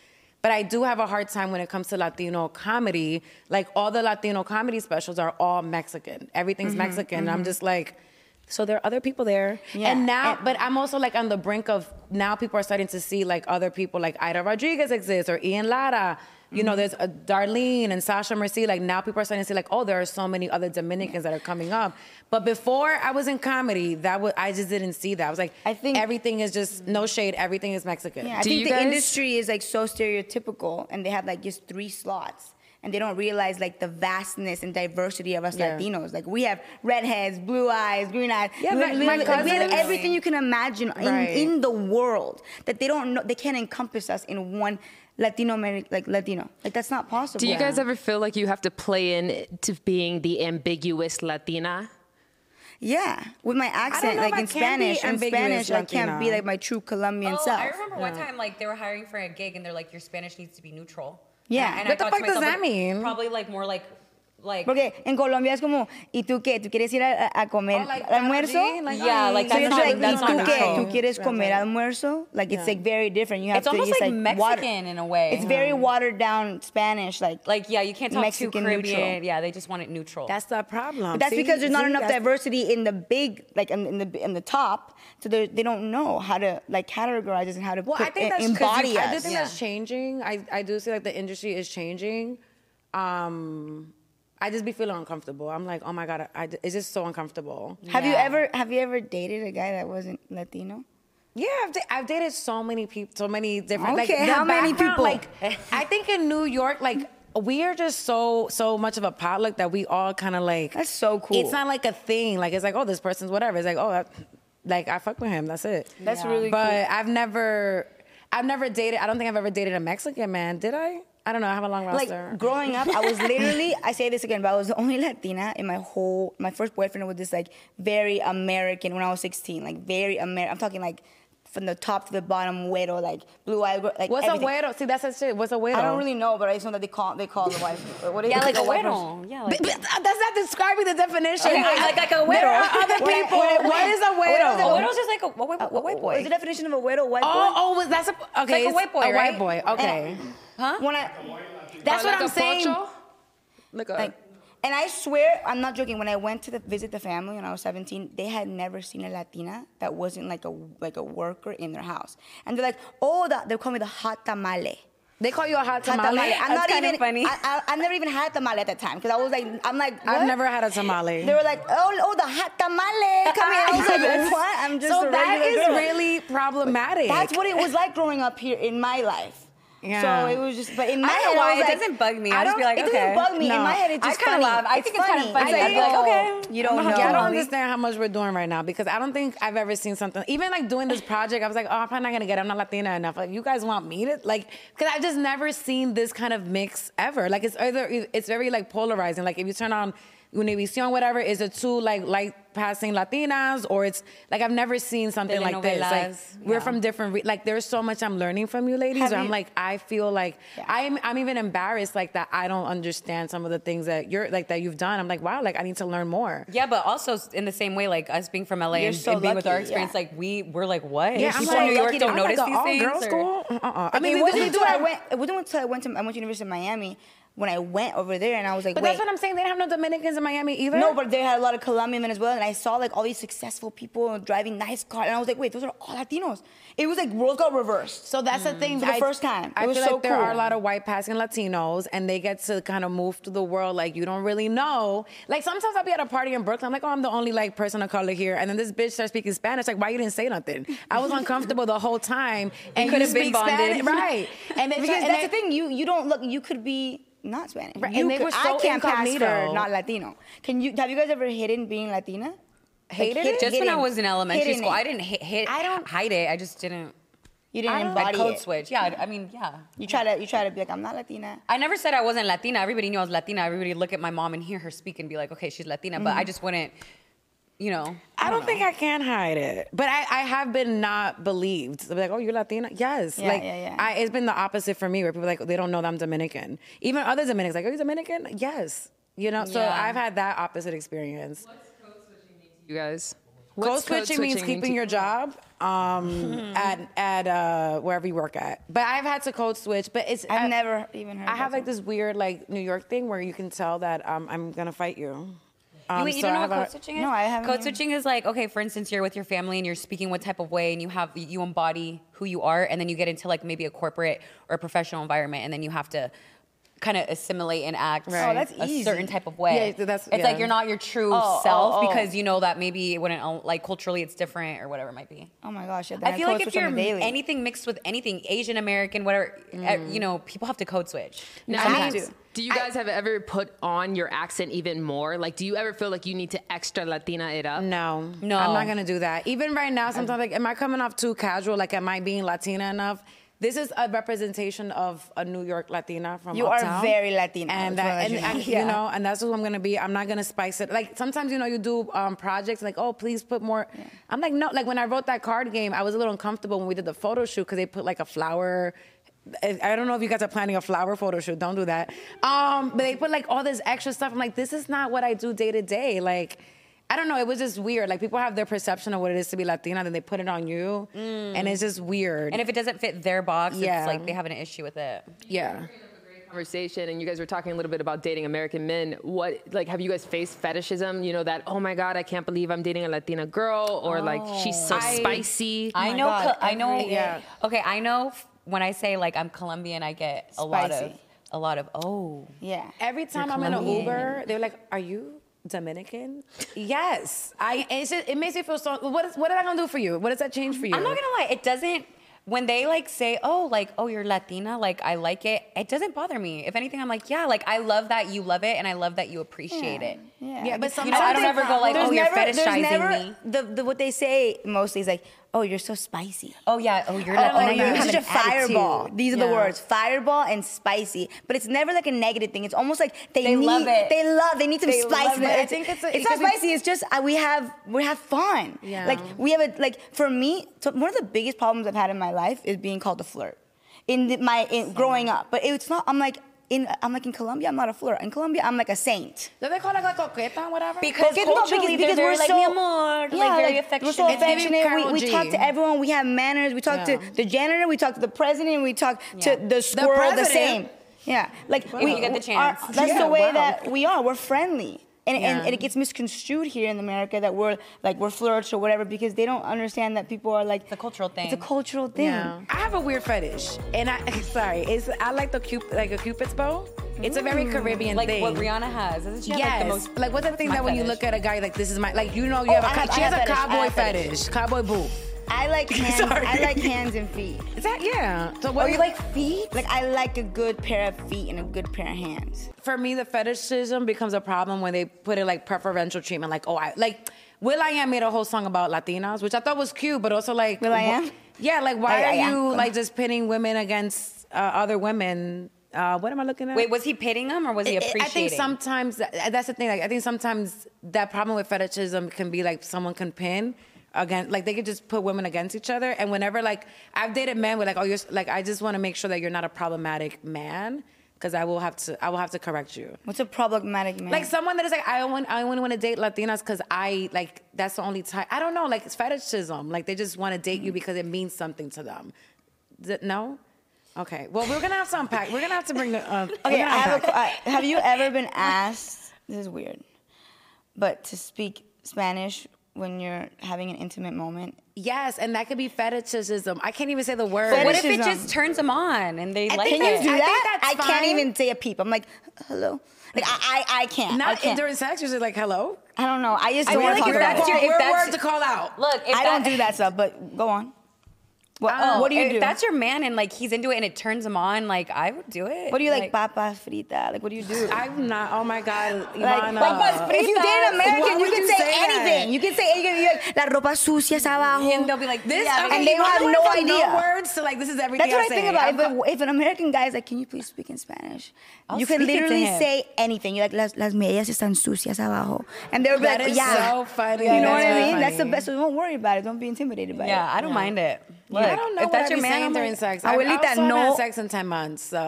S3: But I do have a hard time when it comes to Latino comedy. Like all the Latino comedy specials are all Mexican. Everything's Mexican. And I'm just like, Mm-hmm, so there are other people there.
S2: Yeah.
S3: And now,
S2: And-
S3: but I'm also like on the brink of now people are starting to see like other people like Ida Rodriguez exists or Ian Lara. You
S2: Mm-hmm.
S3: know, there's a Darlene and Sasha Mercy. Like now people are starting to see like, oh, there are so many other Dominicans that are coming up. But before I was in comedy, that was I just didn't see that. I was like,
S2: I think-
S3: everything is just no shade, everything is Mexican.
S2: Yeah, I
S1: Do
S2: think
S1: you
S2: the
S1: guys-
S2: industry is like so stereotypical, and they have like just three slots, and they don't realize like the vastness and diversity of us
S3: Yeah.
S2: Latinos. Like we have redheads, blue eyes, green eyes.
S3: Yeah,
S2: we,
S3: my-
S2: we-
S3: my
S2: like, we have
S3: cousins-
S2: everything you can imagine in,
S3: Right.
S2: in the world that they don't know. They can't encompass us in one Latino Ameri- like Latino. Like that's not possible.
S1: Do you guys ever feel like you have to play in to being the ambiguous Latina?
S2: Yeah, with my accent,
S3: know
S2: like
S3: if I
S2: in
S3: can be
S2: Spanish. In
S3: ambiguous
S2: Spanish, I can't be
S3: Latina.
S2: like my true Colombian
S4: Oh,
S2: self.
S4: I remember one time like they were hiring for a gig and they're like, your Spanish needs to be neutral.
S2: Yeah.
S4: And, and I
S3: What the
S4: thought to
S3: fuck does
S4: myself,
S3: that
S4: like,
S3: mean?
S4: Probably like more like, like.
S2: Porque en Colombia es como, ¿y tú qué? ¿Tú quieres ir a, a comer
S3: Oh, like
S2: almuerzo?
S3: Carol G, like, oh,
S4: Yeah, like,
S2: so
S4: that's
S2: you're
S4: not-
S2: like, ¿y
S4: that's not
S2: tú qué?
S4: neutral.
S2: ¿Tú quieres comer almuerzo? Like, it's like very different. You have
S4: It's
S2: to,
S4: almost
S2: it's
S4: like
S2: water-
S4: Mexican in a way.
S2: It's very watered down Spanish. Like,
S4: Like, yeah, you can't talk
S2: Mexican
S4: too Caribbean.
S2: neutral.
S4: Yeah, they just want it neutral.
S3: That's the problem.
S2: But that's
S3: See?
S2: because there's not
S3: See,
S2: enough
S3: that's-
S2: diversity in the big, like in, in the in the top, so they they don't know how to like categorize us and how to
S3: Well,
S2: put,
S3: I think that's 'cause
S2: e- embody
S3: you-
S2: us.
S3: I do think
S4: Yeah.
S3: that's changing. I, I do see like the industry is changing. Um, I just be feeling uncomfortable. I'm like, oh my god, I, I- it's just so uncomfortable.
S2: have you
S4: Yeah.
S2: ever have you ever dated a guy that wasn't Latino?
S3: Yeah, I've, da- I've dated so many people, so many different.
S2: Okay,
S3: like, the
S2: how many
S3: background,
S2: people?
S3: Like, I think in New York, like. We are just so so much of a potluck that we all kind of like.
S2: That's so cool.
S3: It's not like a thing. Like it's like oh this person's whatever. It's like oh I, like I fuck with him. That's it.
S2: That's Yeah. really
S3: But I've never I've never dated. I don't think I've ever dated a Mexican man. Did I? I don't know. I have a long
S2: like
S3: roster.
S2: growing up, I was literally I say this again, but I was the only Latina in my whole my first boyfriend was this like very American when I was 16, like very American. I'm talking like from the top to the bottom, güero, like blue eyed, like
S3: What's
S2: everything.
S3: a güero? See, that's that shit. What's a güero?
S2: I don't really know, but I just know that they call they call the wife. What is
S4: Yeah,
S2: it?
S4: like a
S2: white person.
S4: widow. Yeah, like
S3: But- but that's not describing the definition.
S4: Okay, like- like a
S3: There
S4: widow.
S3: are other
S2: When I-
S3: people.
S2: when I-
S3: what is
S2: when I
S3: a
S4: a
S2: was
S3: widow?
S4: widow's just like oh. a, a, white- a white
S2: What Oh, is
S4: boy.
S2: the definition of a widow? White
S3: Oh,
S2: boy?
S3: oh, well, that's a okay.
S4: like a white boy,
S3: A
S4: right?
S3: white boy. Okay.
S2: When I,
S3: That's
S4: Or
S3: what
S4: like
S3: I'm
S4: a
S3: saying.
S4: pocho?
S3: Like
S2: like, and I swear I'm not joking. When I went to the, visit the family when I was 17, they had never seen a Latina that wasn't like a like a worker in their house, and they're like, oh, the, they call me the hot tamale.
S3: they call you a
S2: Hot
S3: hot tamale.
S2: I'm
S4: That's
S2: not
S4: kinda
S2: even.
S4: funny.
S2: I, I, I never even had tamale at that time because I was like, I'm like,
S3: I've
S2: what?
S3: never had a tamale.
S2: They were like, oh, oh, the hot tamale. Come here. I was like, what? I'm just
S3: so
S2: a
S3: that
S2: regular
S3: is
S2: girl.
S3: really problematic.
S2: That's what it was like growing up here in my life.
S3: Yeah.
S2: So it was just, but in my
S4: I don't
S2: head,
S4: know
S2: I
S4: why
S2: was
S4: it
S2: like-
S4: doesn't bug me.
S2: I
S4: I just be
S2: don't-
S4: like,
S2: it doesn't
S4: okay.
S2: bug me.
S3: No.
S2: In my head, it's
S4: I
S2: just
S4: kinda
S2: funny.
S4: laugh. I think it's kinda funny.
S2: I
S4: It's like,
S2: know.
S4: like, okay, you don't
S2: I'm
S4: know.
S2: like,
S3: Yeah, I don't
S4: Molly.
S3: understand how much we're doing right now because I don't think I've ever seen something. Even like doing this project, I was like, oh, I'm probably not gonna get. It. I'm not Latina enough. Like, you guys want me to like? Because I've just never seen this kind of mix ever. Like, it's either it's very like polarizing. Like, if you turn on Univision, whatever, is it two like light passing Latinas or it's like I've never seen something like this. Like,
S4: Telenovelas,
S3: we're
S4: yeah.
S3: from different. Re- like, there's so much I'm learning from you, ladies.
S2: Have
S3: where I'm
S2: you-
S3: like, I feel like
S2: Yeah.
S3: I'm I'm even embarrassed like that. I don't understand some of the things that you're like that you've done. I'm like, wow, like I need to learn more.
S4: Yeah, but also s- in the same way, like us being from LA
S2: You're
S4: and,
S2: so
S4: and being with our
S2: lucky,
S4: experience,
S2: yeah.
S4: like we we're like what?
S3: Yeah, I'm
S4: People
S3: like,
S4: in New York
S2: lucky
S4: don't
S2: to-
S3: I'm
S4: notice
S3: like "Oh,
S4: these things.
S3: Girl
S4: or-
S3: school? Uh-uh.
S2: I mean, it
S3: we-
S2: wasn't
S3: we
S2: until I
S3: our-
S2: went. It wasn't until I went to I went to University of Miami when I went over there and I was like,
S3: But
S2: wait.
S3: that's what I'm saying. They don't have no Dominicans in Miami either.
S2: no, but they had a lot of Colombian men as well, and I saw like all these successful people driving nice cars, and I was like, wait, those are all Latinos. It was like world got reversed.
S3: so that's the thing.
S2: For the
S3: I-
S2: first time.
S3: I
S2: It was
S3: feel
S2: so
S3: like there
S2: cool.
S3: are a lot of white passing Latinos, and they get to kind of move to the world like you don't really know. Like sometimes I'll be at a party in Brooklyn, I'm like, oh, I'm the only like person of color here, and then this bitch starts speaking Spanish. Like, why you didn't say nothing? I was uncomfortable the whole time, and you
S4: could have been
S3: speak
S4: bonded.
S3: Spanish, right? And then
S2: Because
S3: and
S2: that's
S3: then-
S2: the thing. You you don't look. You could be not Spanish.
S3: Right,
S2: You
S3: and they
S2: could-
S3: were
S2: I
S3: so
S2: can't pass
S3: incognito.
S2: for not Latino. Can you? Have you guys ever hidden being Latina?
S3: Hated
S2: hid-
S3: it?
S4: Just when I
S2: hidden-
S4: was in elementary
S2: hidden
S4: school,
S2: it.
S4: I didn't hit, hit
S3: I
S4: I
S3: don't-
S4: don't hide it. I just didn't.
S2: You didn't
S3: don't-
S4: I
S2: embody
S4: code
S2: it.
S4: switch. Yeah, I I mean, yeah.
S2: You try to you try to be like I'm not Latina.
S4: I never said I wasn't Latina. Everybody knew I was Latina. Everybody would look at my mom and hear her speak and be like, okay, she's Latina. But I just wouldn't, you know.
S3: I don't think I can hide it, but I, I have been not believed. They're like, oh, you're Latina? Yes.
S2: Yeah,
S3: like,
S2: yeah, yeah.
S3: I, it's been the opposite for me, where people like they don't know that I'm Dominican. Even other Dominicans like, are you Dominican? Yes. You know, so
S4: Yeah.
S3: I've had that opposite experience.
S5: you guys.
S3: Code switching, means keeping your job um, at at uh, wherever you work at. But I've had to code switch. But it's
S2: I've
S3: I-
S2: never even heard
S3: I
S2: of
S3: have
S2: that
S3: like this weird like New York thing where you can tell that um, I'm gonna fight you. Um,
S4: You, wait, you
S3: so I
S4: don't know
S3: have
S4: what
S3: a-
S4: code switching is?
S2: No, I haven't
S4: Code
S2: even-
S4: switching is like, okay, for instance, you're with your family and you're speaking one type of way and you have, you embody who you are. And then you get into like maybe a corporate or a professional environment and then you have to kind of assimilate and act
S3: Right. Oh,
S2: that's
S4: a
S2: easy.
S4: certain type of way.
S3: Yeah, th- that's-
S4: it's
S3: yeah.
S4: like you're not your true
S2: Oh,
S4: self
S2: oh, oh.
S4: because you know that maybe it wouldn't, al- like culturally it's different or whatever it might be.
S2: Oh my gosh! yeah, then
S4: I feel like
S2: code
S4: if
S2: switch
S4: you're
S2: on the daily. Mm.
S4: anything mixed with anything, Asian American, whatever, eh, you know, people have to code switch.
S5: Now,
S2: Sometimes.
S5: do you- do you guys have ever put on your accent even more? Like, do you ever feel like you need to extra Latina it up?
S3: No,
S4: No.
S3: I'm not gonna do that. Even right now, sometimes like, am I coming off too casual? Like, am I being Latina enough? This is a representation of a New York Latina from
S2: You are
S3: uptown.
S2: very Latina,
S3: and
S2: that's what I
S3: that, and,
S2: should know.
S3: and, you
S2: Yeah.
S3: know, and that's who I'm gonna be. I'm not gonna spice it. Like sometimes, you know, you do um, projects like, oh, please put more. I'm like, no. Like when I wrote that card game, I was a little uncomfortable when we did the photo shoot because they put like a flower. eh, I I don't know if you guys are planning a flower photo shoot. Don't do that. Um, but they put like all this extra stuff. I'm like, this is not what I do day to day. Like. I don't know. It was just weird. Like people have their perception of what it is to be Latina, then they put it on you, and it's just weird.
S4: Mm. And if it doesn't fit their box,
S3: Yeah.
S4: it's like they have an issue with it.
S3: yeah,
S5: Conversation, and you guys were talking a little bit about dating American men. What, like, have you guys faced fetishism? You know, that, oh my God, I can't believe I'm dating a Latina girl, or like, she's so
S3: Oh.
S5: spicy.
S4: I know.
S2: God,
S4: Col- I know.
S2: every- yeah.
S4: Okay, I know. f- When I say like I'm Colombian, I get a lot of
S2: Spicy.
S4: a lot of oh.
S2: yeah.
S3: every time I'm in an Uber, they're like, "Are you Dominican?" yes, I. It's just, it makes me feel so. What is what am I gonna do for you? What does that change for you?
S4: I'm not gonna lie. It doesn't. When they like say, "Oh, like oh, you're Latina," like I like it. It doesn't bother me. If anything, I'm like, yeah, like I love that you love it, and I love that you appreciate it.
S2: Yeah,
S3: Yeah, but
S4: You know, I don't
S3: Something-
S4: ever go like,
S2: There's
S4: "Oh, you're
S2: never- there's
S4: fetishizing
S2: never-
S4: me."
S2: The, the, what they say mostly is like, oh, you're so spicy.
S4: Oh yeah. Oh, you're
S2: Oh,
S4: not.
S2: like,
S4: you
S2: you're
S4: have
S2: such
S4: an
S2: a fireball.
S4: attitude.
S2: These are the
S4: Yeah.
S2: words: fireball and spicy. But it's never like a negative thing. It's almost like they,
S4: They
S2: need,
S4: love it.
S2: they love, they need some
S3: They love
S2: spice. in
S3: it.
S2: it.
S3: I think it's a-
S2: it's
S3: it
S2: not
S3: could be-
S2: spicy. it's just uh, we have we have fun.
S3: Yeah.
S2: Like we have a like for me. So one of the biggest problems I've had in my life is being called a flirt in the, my in, growing up. But it's not. I'm like. In, I'm like in Colombia, I'm not a flirt. In Colombia, I'm like a saint.
S3: Do they call it like coqueta or whatever?
S4: Because
S2: Because- no,
S4: culturally,
S2: because- because
S4: they're
S2: we're
S4: very like
S2: so-
S4: mi
S2: Yeah,
S4: amor, like very
S2: like, we're
S4: affectionate.
S2: so
S3: It's giving
S2: affectionate.
S3: Karol
S2: We, we
S3: G.
S2: talk to everyone. We have manners. We talk
S3: Yeah.
S2: to the janitor. We talk to the president. We talk
S4: Yeah.
S2: to the squirrel. The,
S3: president?
S2: same. Yeah, like we
S4: you get the
S2: our-
S4: chance.
S2: that's
S3: Yeah,
S2: the way
S3: wow.
S2: that we are. We're friendly. And, and,
S3: Yeah.
S2: and it gets misconstrued here in America that we're like we're flirts or whatever because they don't understand that people are like
S4: It's a cultural
S2: It's a
S4: thing.
S2: cultural thing.
S3: Yeah. I have a weird fetish, and I sorry, it's I like the cup like a cupid's bow. It's a very Caribbean
S4: Mm. like
S3: thing.
S4: what Rihanna has. Isn't she have,
S3: Yes,
S4: like the
S3: like,
S4: most?
S3: what's the thing
S4: my
S3: that when you
S4: fetish.
S3: look at a guy like this is my like you know you
S2: Oh,
S3: have a
S2: I
S3: co-
S2: have-
S3: she
S2: I
S3: has
S2: have
S3: a
S2: fetish, I
S3: cowboy
S2: have fetish.
S3: fetish, cowboy boo.
S2: I like hands.
S3: Sorry.
S2: I like hands and feet.
S3: Is that yeah? So
S4: Oh,
S3: what
S2: Or
S3: do
S2: you like feet? Like I like a good pair of feet and a good pair of hands.
S3: for me the fetishism becomes a problem when they put it like preferential treatment like oh i like will i am made a whole song about latinas which i thought was cute but also like
S2: will.i.am?
S3: wh- yeah like why
S2: I- I
S3: are
S2: am.
S3: you like just pinning women against uh, other women uh, what am i looking at
S4: Wait, was he pitting them or was he
S3: I-
S4: appreciating?
S3: I think sometimes tha- that's the thing. Like, I think sometimes that problem with fetishism can be like someone can pin against, like they could just put women against each other. And whenever like I've dated men with like, oh, you're s- like, I just want to make sure that you're not a problematic man because I will have to, I will have to correct you.
S2: What's a problematic man?
S3: Like someone that is like, I only, I only want to date Latinas because I like that's the only time. I don't know, like it's fetishism. Like they just want to
S2: Mm-hmm.
S3: date you because it means something to them. Th- no. Okay. Well, we're gonna have to unpack. We're gonna have to bring. Uh,
S2: Okay, I have, a, qu- I, have you ever been asked? This is weird, but to speak Spanish when you're having an intimate moment.
S3: Yes, and that could be fetishism. I can't even say the word.
S4: What if it
S2: fetishism.
S4: just turns them on and they like
S3: think
S2: Can
S4: it?
S2: you do
S3: I think
S2: that?
S3: that's
S2: can't
S3: fine.
S2: even say a peep. I'm like, hello. Like I, I, I can't. I
S3: Not
S2: can't.
S3: during sex, you're just like, hello?
S2: I don't know. I just
S4: I
S2: don't
S4: feel
S2: want
S4: like
S2: to talk
S4: if
S2: about
S4: that's
S2: it.
S4: your-
S3: Weird
S4: if that's-
S3: word to call out.
S4: Look, if
S2: I
S4: that,
S2: don't do that stuff. But go on. What,
S4: Oh,
S2: what do you
S4: if
S2: do?
S4: That's your man, and like he's into it, and it turns him on. Like I would do it.
S2: what do you like, papas frita? Like what do you do?
S3: I'm not, oh my God,
S2: Like,
S3: Ivana.
S2: papas fritas. If you date an American,
S3: Why
S2: you
S3: would
S2: can say,
S3: that?
S2: anything. You can say anything. You can be like, la ropa sucia es abajo.
S4: And they'll be like,
S3: This,
S4: "Yeah,
S3: okay,
S2: and they
S3: you
S2: don't have
S3: went
S2: no
S3: from
S2: idea.
S3: No words to like, this is everything
S2: That's what I
S3: say.
S2: think about.
S3: I'm
S2: If,
S3: co-
S2: a- if an American guy is like, "Can you please speak in Spanish?"
S4: I'll
S2: you can
S4: speak it to
S2: literally
S4: him.
S2: say anything. You're like, "Las, las medias están sucias abajo," and they'll be
S3: That
S2: like,
S3: is
S2: "Yeah."
S3: so funny.
S2: You know
S3: That's
S2: what I
S3: really
S2: mean? That's the
S3: funny.
S2: best. So don't worry about it. Don't be intimidated by
S4: Yeah,
S2: it.
S4: I don't mind it.
S3: Yeah, I don't know what
S4: If that's
S3: I
S4: your
S3: be
S4: man,
S3: saying
S4: I'm
S3: during
S4: like,
S3: sex.
S2: I
S3: I
S2: will
S3: I
S2: eat that
S3: also haven't had
S2: no-
S3: sex in 10 months, so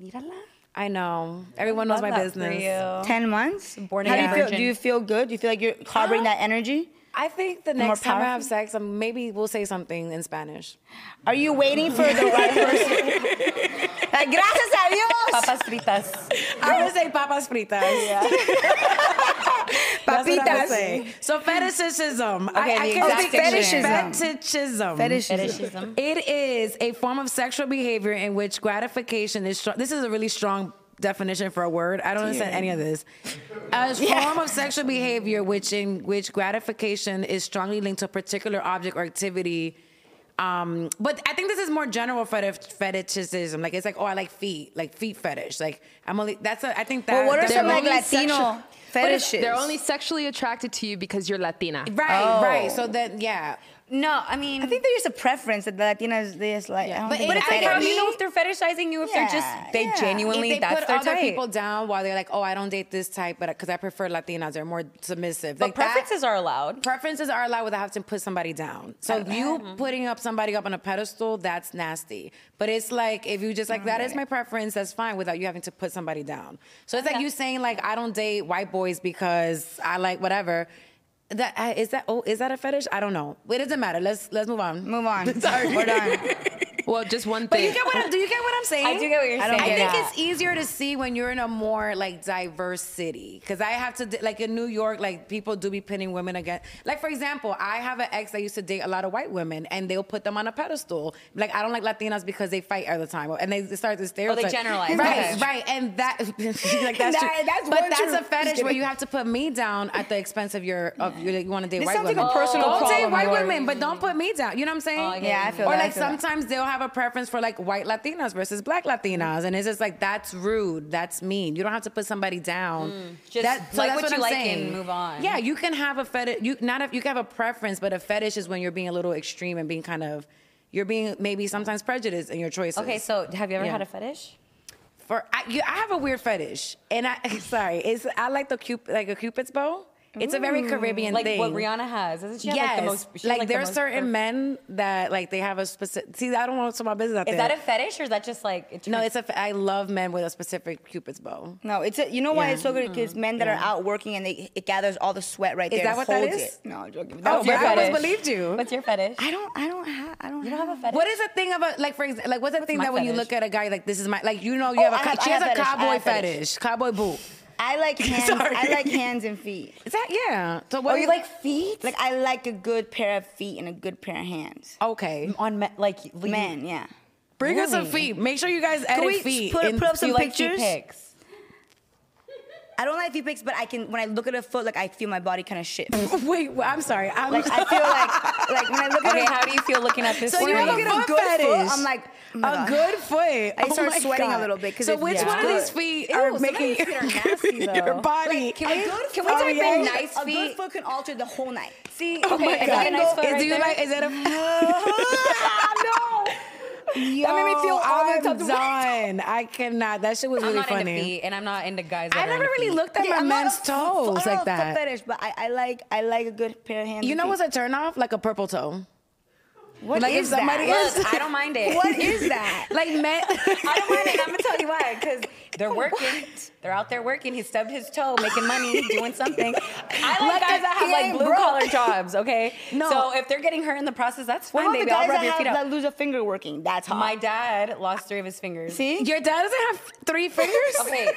S4: Mírala.
S3: I know. Everyone knows my
S4: Love that for
S3: business.
S4: you.
S2: Ten months.
S4: Born
S2: How do you
S4: again
S2: feel?
S4: virgin.
S2: Do you feel good? Do you feel like you're harboring
S3: Huh?
S2: that energy?
S3: I think the
S2: More
S3: next time I have
S2: powerful?
S3: sex, um, maybe we'll say something in Spanish.
S2: Are you waiting for the right person? like, gracias a Dios.
S4: Papas fritas.
S3: I would say papas fritas. That's what I would say. So fetishism. I-
S4: Okay,
S3: I,
S4: the
S3: can
S4: exact
S3: speak
S2: dictionary. Fetishism.
S3: Fetishism.
S4: Fetishism.
S3: It is a form of sexual behavior in which gratification is strong. This is a really strong definition for a word. I don't understand any of this. A form of sexual behavior which in which gratification is strongly linked to a particular object or activity. Um, but I think this is more general feti- fetishism. Like it's like, oh, I like feet, like feet fetish. Like I'm only that's a I think that.
S2: Well, what are
S3: they're
S2: some like
S3: only
S2: Latino
S3: sexual-
S2: fetishes?
S5: They're only sexually attracted to you because you're Latina.
S3: Right, right.
S2: oh.
S3: So then, yeah.
S4: No, I mean,
S2: I think there's just a preference that the Latinas they just like. I don't
S3: But-
S2: think
S4: but it's like how do
S2: fetish.
S4: you know if they're fetishizing you if they're
S2: Yeah,
S4: just they
S2: yeah.
S4: genuinely
S3: If they
S4: that's
S3: put
S4: their
S3: other
S4: type.
S3: people down while they're like, oh, I don't date this type, but because I prefer Latinas, they're more submissive.
S4: but
S3: like that-
S4: preferences are allowed.
S3: preferences are allowed without having to put somebody down. So you putting up somebody up on a pedestal, that's nasty. But it's like if you just like that is my preference, that's fine without you having to put somebody down. So it's like
S4: Yeah.
S3: you saying like I don't date white boys because I like whatever. That I- is that oh is that a fetish? I don't know. It doesn't matter. Let's let's move on.
S2: Move on. Sorry. We're done.
S5: Well, just one
S3: But
S5: thing.
S3: you get what I'm, do you get what I'm saying?
S4: I do get what you're
S3: I
S4: saying.
S3: I think
S4: Yeah.
S3: it's easier to see when you're in a more like diverse city. Cause I have to like in New York, like people do be pinning women against. Like for example, I have an ex that used to date a lot of white women, and they'll put them on a pedestal. Like I don't like Latinas because they fight all the time, and they start to stereotype.
S4: Oh, generalize.
S3: Right,
S4: Okay.
S3: right, and that like that's,
S2: That-
S3: true.
S2: that's
S3: but
S2: one
S3: that's
S2: true.
S3: a fetish where you have to put me down at the expense of your of your, you want to date
S2: This
S3: white
S2: sounds like
S3: women.
S2: a personal
S3: Don't
S2: problem,
S3: date white
S2: Lori.
S3: women, but don't put me down. You know what I'm saying?
S4: Oh, I get Yeah,
S2: I it. feel
S3: Or
S2: that, I
S3: like
S2: feel that.
S3: sometimes they'll have have a preference for like white Latinas versus black Latinas. And it's just like, that's rude. That's mean. You don't have to put somebody down.
S4: Mm. Just like what you like and move on.
S3: Yeah, you can have a fetish. You not if you can have a preference, but a fetish is when you're being a little extreme and being kind of, you're being maybe sometimes prejudiced in your choices.
S4: Okay, so have you ever
S3: Yeah.
S4: had a fetish?
S3: for I, you, I have a weird fetish, and I sorry, it's I like the cup like a cupid's bow. It's a very Caribbean
S4: Mm. Like
S3: thing.
S4: what Rihanna has. Isn't she have,
S3: yes,
S4: like the most she has,
S3: like,
S4: the
S3: there are
S4: most
S3: certain
S4: perf-
S3: men that like they have a specific. See, I don't want to talk my business out
S4: Is
S3: there.
S4: that a fetish or is that just like it
S3: no,
S4: turns-
S3: it's a. fe- I love men with a specific cupid's bow.
S2: No, it's a, you know why
S3: Yeah.
S2: it's so good because men that are out working and they it gathers all the sweat right
S3: Is
S2: there.
S3: that
S2: and
S3: what that
S2: holds
S3: is?
S2: It. No, I'm joking.
S3: Oh,
S2: That's your
S3: I always
S2: fetish.
S3: believed you.
S4: What's your fetish?
S2: I don't. I don't have. I don't.
S4: You don't have a fetish?
S3: What is the thing of a like for example like what's the thing
S4: my
S3: that when you
S4: fetish?
S3: look at a guy like this is my like you know you
S2: Oh,
S3: have a
S2: I
S3: co-
S2: have-
S3: she
S2: I
S3: has
S2: have
S3: a
S2: fetish. I have
S3: cowboy
S2: fetish.
S3: fetish cowboy boot
S2: I like hands. I
S3: Sorry.
S2: like hands and feet.
S3: is that yeah so what
S4: Or
S3: do
S4: you like feet?
S2: Like I like a good pair of feet and a good pair of hands.
S3: okay
S4: on men, like you-
S2: Men, yeah.
S3: bring us some feet make sure you guys edit
S2: we
S3: feet
S2: put-
S3: in-
S2: put up
S4: you
S2: some
S4: like feet
S2: pictures?
S4: pics.
S2: I don't like feet pics, but I can when I look at a foot, like I feel my body kind of shift.
S3: Wait, well, I'm sorry. I'm,
S2: Like I feel like like when I look at
S4: Okay,
S2: a
S4: how do you feel looking at this?
S3: so you
S4: screen?
S3: have a
S2: Look at
S3: good
S2: a good foot,
S3: fetish.
S2: I'm like, oh
S3: a
S2: my God.
S3: good foot. I
S2: start sweating a little bit 'cause
S3: Oh So
S2: it's-
S3: which
S2: yeah.
S3: one of these
S2: Good.
S3: feet
S4: Ew,
S3: are
S4: some of
S3: making
S4: these feet are nasty,
S3: your,
S4: though.
S3: body?
S4: Like, can we do- can we
S3: Oh,
S4: do it
S3: yeah?
S4: in nice
S2: a
S4: feet?
S2: good foot can alter the whole night.
S4: See,
S3: Oh
S4: okay,
S3: my
S4: is
S3: God.
S4: that a nice foot
S3: is
S4: right
S3: you
S4: there?
S3: like? Is that a? no. Yo,
S2: made me feel all the
S3: I'm
S2: types of-
S3: done. I cannot. That shit was
S4: I'm
S3: really
S4: not into
S3: funny.
S4: feet, and I'm not into guys. that
S3: I
S4: are
S3: never
S4: into
S3: really
S4: feet.
S3: looked at
S2: Yeah,
S3: my
S2: I'm not
S3: men's
S2: a foot- I
S3: toes
S2: don't
S3: like
S2: have a foot
S3: that.
S2: fetish, but I, I like I like a good pair of hands.
S3: You
S2: and
S3: know
S2: feet.
S3: what's a turnoff? Like a purple toe.
S2: What
S3: like if
S2: is
S3: somebody
S2: that?
S3: else-
S4: Look, I don't mind it.
S2: what is that?
S3: Like men.
S4: I don't mind it. I'm gonna tell you why. Because they're working. They're out there working. He stubbed his toe, making money, doing something. I like
S3: Like
S4: guys
S3: if
S4: that have
S3: he
S4: like
S3: ain't
S4: blue
S3: broke.
S4: collar jobs. Okay.
S3: No.
S4: So if they're getting hurt in the process, that's
S2: What
S4: fine,
S2: about the
S4: baby.
S2: guys
S4: I'll rub
S2: that,
S4: your
S2: have,
S4: feet
S2: that
S4: up.
S2: lose a finger working? That's hot.
S4: My dad lost three of his fingers.
S2: See?
S3: Your dad doesn't have three fingers.
S4: Okay.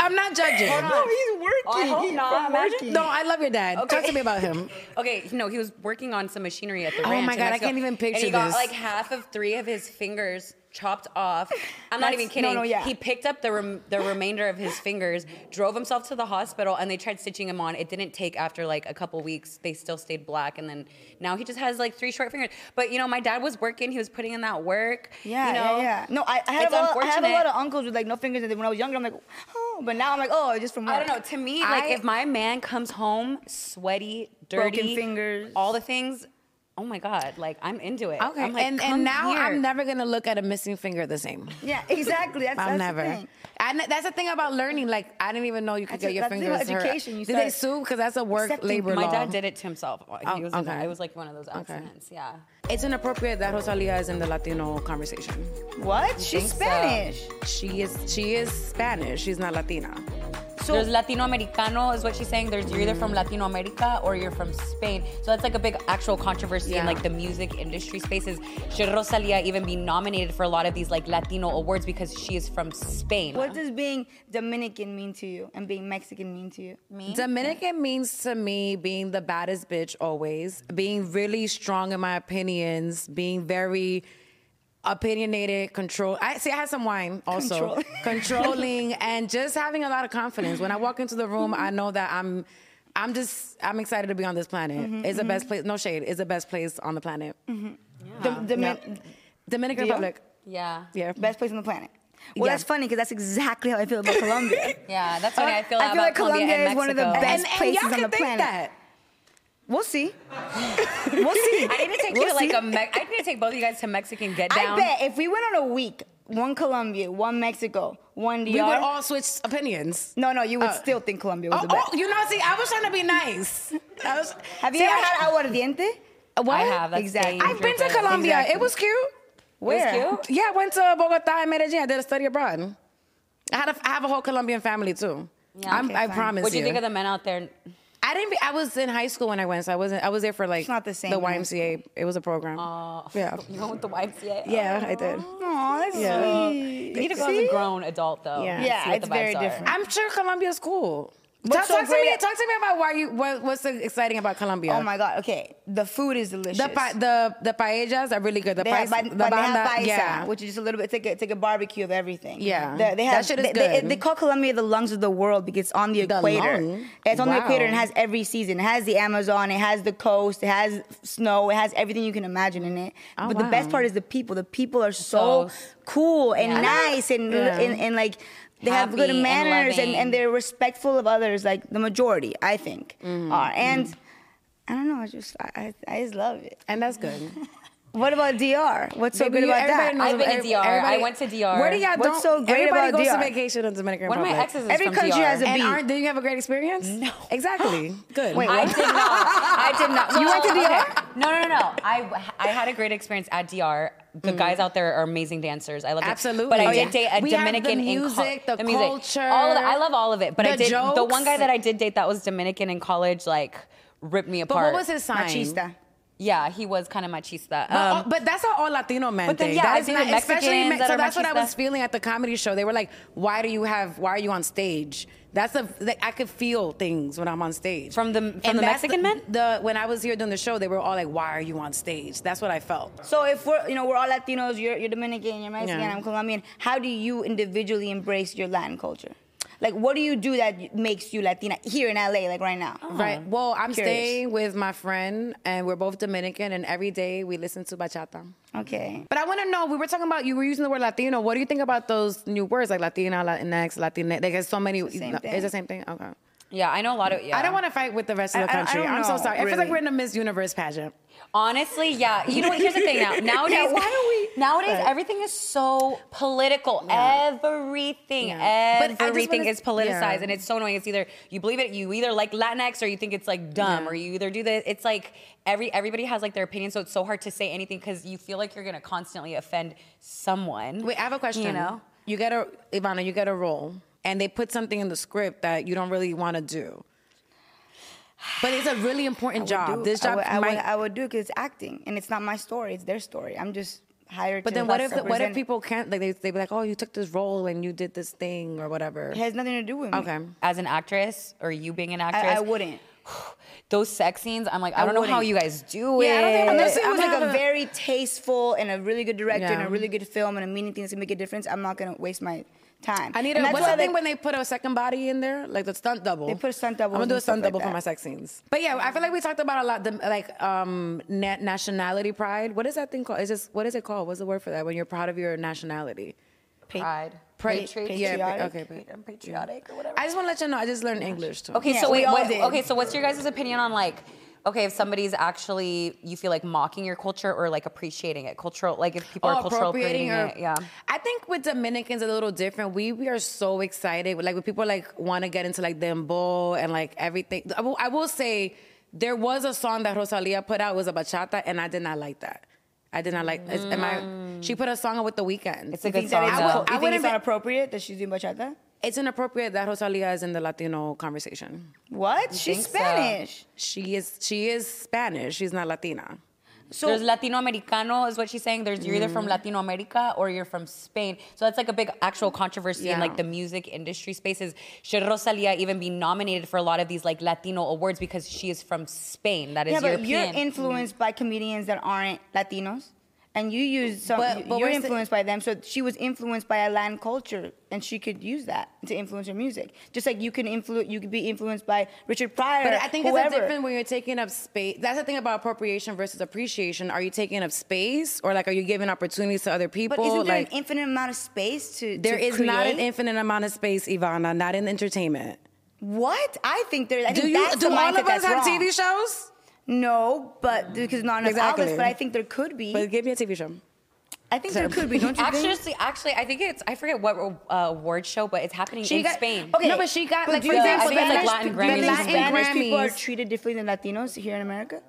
S3: I'm not judging.
S2: no, he's working.
S4: Oh, I hope not. Imagine.
S3: No, I love your dad.
S4: Okay.
S3: Talk to me about him.
S4: Okay, no, he was working on some machinery at the
S3: Oh
S4: ranch.
S3: my
S4: in
S3: God, I
S4: Mexico,
S3: can't even
S4: And
S3: picture
S4: he got
S3: this.
S4: like half of three of his fingers chopped off. I'm not
S2: That's-
S4: even kidding.
S2: no, no, yeah.
S4: He picked up the rem- the remainder of his fingers, drove himself to the hospital, and they tried stitching him on. It didn't take after like a couple weeks. They still stayed black, and then now he just has like three short fingers. But you know, my dad was working. He was putting in that work.
S2: Yeah,
S4: you know?
S2: yeah, yeah. No, I, I, had
S4: It's
S2: a lot, I have a
S4: unfortunate.
S2: lot of uncles with like no fingers, and then when I was younger, I'm like, oh, but now I'm like, oh, it's just from work.
S4: I don't know. To me, like
S3: I-
S4: if my man comes home sweaty, dirty,
S2: Broken fingers.
S4: all the things. Oh my god! Like I'm into it.
S3: Okay.
S4: I'm like,
S3: and
S4: "Come
S3: and now
S4: here."
S3: I'm never gonna look at a missing finger the same.
S2: Yeah, exactly. That's,
S3: I'm
S2: that's The
S3: never.
S2: thing.
S3: I kn- that's the thing about learning. Like I didn't even know you could
S2: That's
S3: get
S2: a-
S3: your
S2: that's the thing
S3: fingers
S2: about
S3: hurt.
S2: education. You
S3: Did they
S2: start
S3: sue? Because that's a work
S2: accepting-
S3: labor
S4: My
S3: law.
S4: dad did it to himself. He
S3: Oh,
S4: was in-
S3: okay.
S4: It was like one of those accidents. Yeah.
S3: It's inappropriate that Rosalia is in the Latino conversation.
S2: What? She's
S4: think so?
S2: Spanish.
S3: She is. She is Spanish. She's not Latina.
S2: So,
S4: There's Latino Americano is what she's saying. There's you're either from Latino America or you're from Spain. So that's like a big actual controversy in
S3: Yeah.
S4: like the music industry spaces. Should Rosalia even be nominated for a lot of these like Latino awards because she is from Spain?
S2: what does being Dominican mean to you and being Mexican mean to you?
S3: Dominican means to me being the baddest bitch always, being really strong in my opinions, being very opinionated, control. I see. I had some wine also, controlling, and just having a lot of confidence. When I walk into the room, I know that I'm. I'm just. I'm excited to be on this planet.
S2: Mm-hmm,
S3: it's the best place. No shade. It's the best place on the planet.
S2: Dom- Domin-
S3: Yep. Dominican
S2: Mm-hmm. Do you?
S3: Republic.
S4: Yeah.
S3: Yeah.
S2: Best place on the planet. Well,
S3: Yeah.
S2: that's funny because that's exactly how I feel about Colombia.
S4: Yeah, that's what I feel
S2: I feel
S4: about
S2: like Colombia
S4: and
S2: is one of the
S4: Mexico.
S2: best-
S3: And, and
S2: places
S3: y'all
S2: on
S3: can
S2: the
S3: think
S2: planet.
S3: that.
S2: We'll see. we'll see.
S4: I need to take you to like a Me- I need to take both of you guys to Mexican get
S2: I
S4: down.
S2: bet if we went on a week, one Colombia, one Mexico, one DR.
S3: We would all switch opinions.
S2: no, no, you would
S3: Uh,
S2: still think Colombia was
S3: Oh,
S2: the best.
S3: oh, you know, see, I was trying to be nice. I was,
S2: Have you
S3: see,
S2: ever
S3: I-
S2: had aguardiente?
S3: What?
S4: I have. Oh, That's
S2: Exactly.
S4: dangerous.
S3: I've been to Colombia. It was cute.
S2: Where?
S4: cute?
S3: Yeah, I went to Bogota and Medellin. I did a study abroad. I had a, I have a whole Colombian family too.
S4: Yeah,
S3: I'm,
S4: okay,
S3: I
S2: fine.
S3: promise
S4: What do
S3: you.
S4: you think of the men out there?
S3: I didn't. Be, I was in high school when I went, so I wasn't. I was there for like
S2: It's not the same,
S3: The
S2: no.
S3: YMCA. It was a program.
S4: Oh,
S3: Yeah.
S4: you went with the YMCA.
S3: yeah, I did.
S2: Aw, that's
S3: Yeah.
S2: sweet.
S4: You need to go as
S2: See?
S4: a grown adult though.
S3: Yeah.
S4: and see
S2: Yeah,
S4: what
S2: it's
S4: the vibes
S2: very
S4: are.
S2: different.
S3: I'm sure Colombia's cool. Talk,
S2: What's so
S3: talk to
S2: great-
S3: me. Talk to me about why you. What, what's so exciting about Colombia?
S2: Oh my god. Okay, the food is delicious.
S3: The pa- the the paellas are really good. The
S2: They have,
S3: paes-
S2: but,
S3: the
S2: but they have
S3: banda-
S2: paisa,
S3: yeah.
S2: which is just a little bit. It's like a, it's like a barbecue of everything.
S3: Yeah.
S2: they, they
S3: That
S2: have,
S3: shit is
S2: they, they-
S3: good.
S2: They, call Colombia the lungs of the world because it's on the,
S3: The
S2: equator.
S3: lung?
S2: It's on the
S3: Wow.
S2: equator and it has every season. It has the Amazon. It has the coast. It has snow. It has everything you can imagine in it.
S3: Oh,
S2: but the best
S3: wow.
S2: part is the people. The people are so,
S4: So-
S2: cool and
S4: Yeah.
S2: nice and,
S3: Yeah.
S2: and and like. They have
S4: Happy
S2: good
S4: and
S2: manners and,
S4: loving.
S2: and they're respectful of others, like the majority, I think,
S3: Mm.
S2: are. And I don't know, I just I, I I just love it.
S3: and that's good.
S2: What about DR? What's so
S3: Baby,
S2: good about
S3: everybody
S2: that?
S3: knows-
S4: I've been to
S3: every-
S4: DR. I
S3: everybody-
S4: went to DR.
S3: Where do y'all
S2: What's
S3: don't,
S2: so great
S3: everybody
S2: about
S3: goes
S2: DR?
S3: to vacation in the Dominican
S4: One of
S3: Republic.
S4: my exes is
S2: Every
S4: from
S2: country
S4: DR.
S2: has a
S3: And
S2: beat.
S3: aren't, did you have a great experience? No. Exactly. Good.
S2: Wait,
S4: I
S2: what?
S4: did not. I did not.
S2: You went to
S4: Well,
S2: DR?
S4: okay. No, no, no, no. I I had a great experience at DR. The guys out there are amazing dancers. I love it.
S3: Mm. Absolutely.
S4: But I
S3: Oh,
S4: did
S3: yeah.
S4: date a
S3: We have the
S4: Dominican in
S3: music,
S4: co-
S3: the culture,
S4: all of that. I love all of it. But I
S3: the
S4: did the one guy
S3: jokes.
S4: that I did date that was Dominican in college like ripped me
S3: but
S4: apart.
S3: what was his sign?
S2: Machista.
S4: Yeah, he was kind of machista.
S3: But, uh,
S4: Um,
S3: all- but that's an all Latino man
S4: But then,
S3: thing.
S4: yeah,
S3: that
S4: I
S3: is
S4: think
S3: not,
S4: the
S3: especially
S4: Mexicans
S3: me-
S4: that
S3: so
S4: are
S3: that's what I
S4: machistas.
S3: was feeling at the comedy show. They were like, "Why do you have? Why are you on stage?" That's a like, I could feel things when I'm on stage
S4: From the- from
S3: And
S4: the
S3: that's
S4: Mexican men?
S3: The when I was here doing the show, they were all like, "Why are you on stage?" That's what I felt.
S2: So if we're you know we're all Latinos, you're, you're Dominican, you're Mexican,
S3: Yeah.
S2: I'm Colombian. How do you individually embrace your Latin culture? Like what do you do that makes you Latina here in LA? Like right now,
S3: Right. Well, I'm
S2: Curious.
S3: staying with my friend, and we're both Dominican, and every day we listen to bachata.
S2: Okay.
S3: But I want to know. We were talking about you were using the word Latino. What do you think about those new words like Latina, Latinx, Latinx? Like, there's so many. It's
S2: the same
S3: It's
S2: thing.
S3: the same thing. Okay.
S4: yeah, I know a lot of. Yeah.
S3: I don't want to fight with the rest of the
S2: I- I- I
S3: country.
S2: don't
S3: I, am so
S2: know,
S3: sorry. I feel like
S2: really.
S3: we're in a Miss Universe pageant.
S4: Honestly, yeah. You know what? Here's the thing now. Nowadays,
S2: Yeah, why are we-
S4: nowadays everything is so political. Everything,
S3: Yeah. But I just
S4: everything
S3: wanna-
S4: is politicized,
S3: yeah.
S4: and it's so annoying. It's either you believe it, you either like Latinx, or you think it's like dumb,
S3: Yeah.
S4: or you either do this. It's like every everybody has like their opinion, so it's so hard to say anything because you feel like you're gonna constantly offend someone.
S3: Wait, I have a question.
S4: You know.
S3: you get a Ivana, you get a role, and they put something in the script that you don't really want to do. But it's a really important job.
S2: Do-
S3: this
S2: I
S3: job
S2: would, I would,
S3: might.
S2: I would do because it's acting and it's not my story. It's their story. I'm just hired.
S3: but
S2: to
S3: then what if the,
S2: represent-
S3: what if people can't like they they be like oh you took this role and you did this thing or whatever.
S2: It has nothing to do with me.
S3: Okay.
S4: As an actress, or you being an actress,
S2: I, I wouldn't.
S4: Those sex scenes, I'm like, I, don't know how
S2: wouldn't.
S4: you guys do
S3: Yeah, I don't
S4: it.
S3: think I'm
S2: Unless it
S3: I'm
S2: was
S3: gonna
S2: like a
S3: have a-
S2: very tasteful and a really good director and
S3: Yeah.
S2: a really good film and a meaning thing that's gonna make a difference, I'm not gonna waste my time.
S3: I need a,
S2: And that's
S3: what's
S2: why,
S3: the thing
S2: like,
S3: when they put a second body in there, like the stunt double.
S2: They put stunt
S3: I'm
S2: doubles
S3: gonna do a
S2: and
S3: stunt
S2: stuff like
S3: double for
S2: that.
S3: my sex scenes. But yeah, I feel like we talked about a lot, the, like um, na- nationality pride. What is that thing called? Is this what is it called? What's the word for that? When you're proud of your nationality.
S4: Pride.
S3: Pride.
S2: Patri-
S3: yeah, pa-
S2: patriotic.
S3: okay. pa-
S2: patriotic or whatever.
S3: I just want to let you know. I just learned English too.
S4: Okay,
S2: Yeah,
S4: so
S2: we
S4: wait,
S2: all
S4: what,
S2: did.
S4: okay, so what's your guys' opinion on like, okay, if somebody's actually you feel like mocking your culture or like appreciating it, cultural, like if people
S3: Or
S4: are cultural appropriating
S3: or-
S4: it, yeah.
S3: I think with Dominicans a little different. We we are so excited. Like when people like want to get into like dembow and like everything. I will, I will say there was a song that Rosalia put out it was a bachata, and I did not like that. I did not like. Is, am I? She put a song out with the weekend.
S4: Mm. It's a
S2: You
S4: good
S2: think that
S4: song.
S2: it's,
S3: I
S4: though.
S2: you
S3: I
S2: think
S3: wouldn't
S2: it's not
S3: be-
S2: appropriate that she's doing bachata?
S3: it's inappropriate that Rosalia is in the Latino conversation.
S2: What? She's
S4: think so?
S2: Spanish.
S3: She is she is Spanish. She's not Latina.
S2: So, Mm.
S4: There's Latino Americano is what she's saying. There's you're either from Latino America or you're from Spain. So that's like a big actual controversy in
S3: Yeah.
S4: like the music industry spaces. Should Rosalia even be nominated for a lot of these like Latino awards because she is from Spain? That is
S2: yeah, but
S4: European.
S3: Mm-hmm.
S2: you're influenced by comedians that aren't Latinos. And you use some,
S3: But-
S2: you-
S3: but
S2: you're
S3: we're sa-
S2: influenced by them. So she was influenced by a Latin culture, and she could use that to influence her music. Just like you can influence, you could be influenced by Richard Pryor.
S3: But I think it's
S2: whoever.
S3: a different when you're taking up space. That's the thing about appropriation versus appreciation. Are you taking up space, or like are you giving opportunities to other people?
S2: But isn't there
S3: like,
S2: an infinite amount of space to
S3: there
S2: to
S3: is not an
S2: create?
S3: infinite amount of space, Ivana. Not in entertainment.
S2: What? I think there. I
S3: Do
S2: think
S3: you?
S2: that's
S3: Do
S2: the
S3: all
S2: mindset
S3: of us
S2: that's
S3: have
S2: wrong.
S3: TV shows?
S2: No, but because not enough
S3: Exactly.
S2: outlets. But I think there could be.
S3: But give me a TV show.
S2: I think there could be. Don't you think?
S4: Actually, actually, I think it's I forget what uh, award show, but it's happening in
S3: got-
S4: Spain.
S3: okay, No, but she got, like,
S2: do
S3: for
S2: you
S4: example,
S2: think
S4: I think it's, like,
S2: Spanish
S4: Latin
S2: people-
S4: Grammys.
S2: Latin Spanish people are
S3: Grammys.
S2: treated differently than Latinos here in America.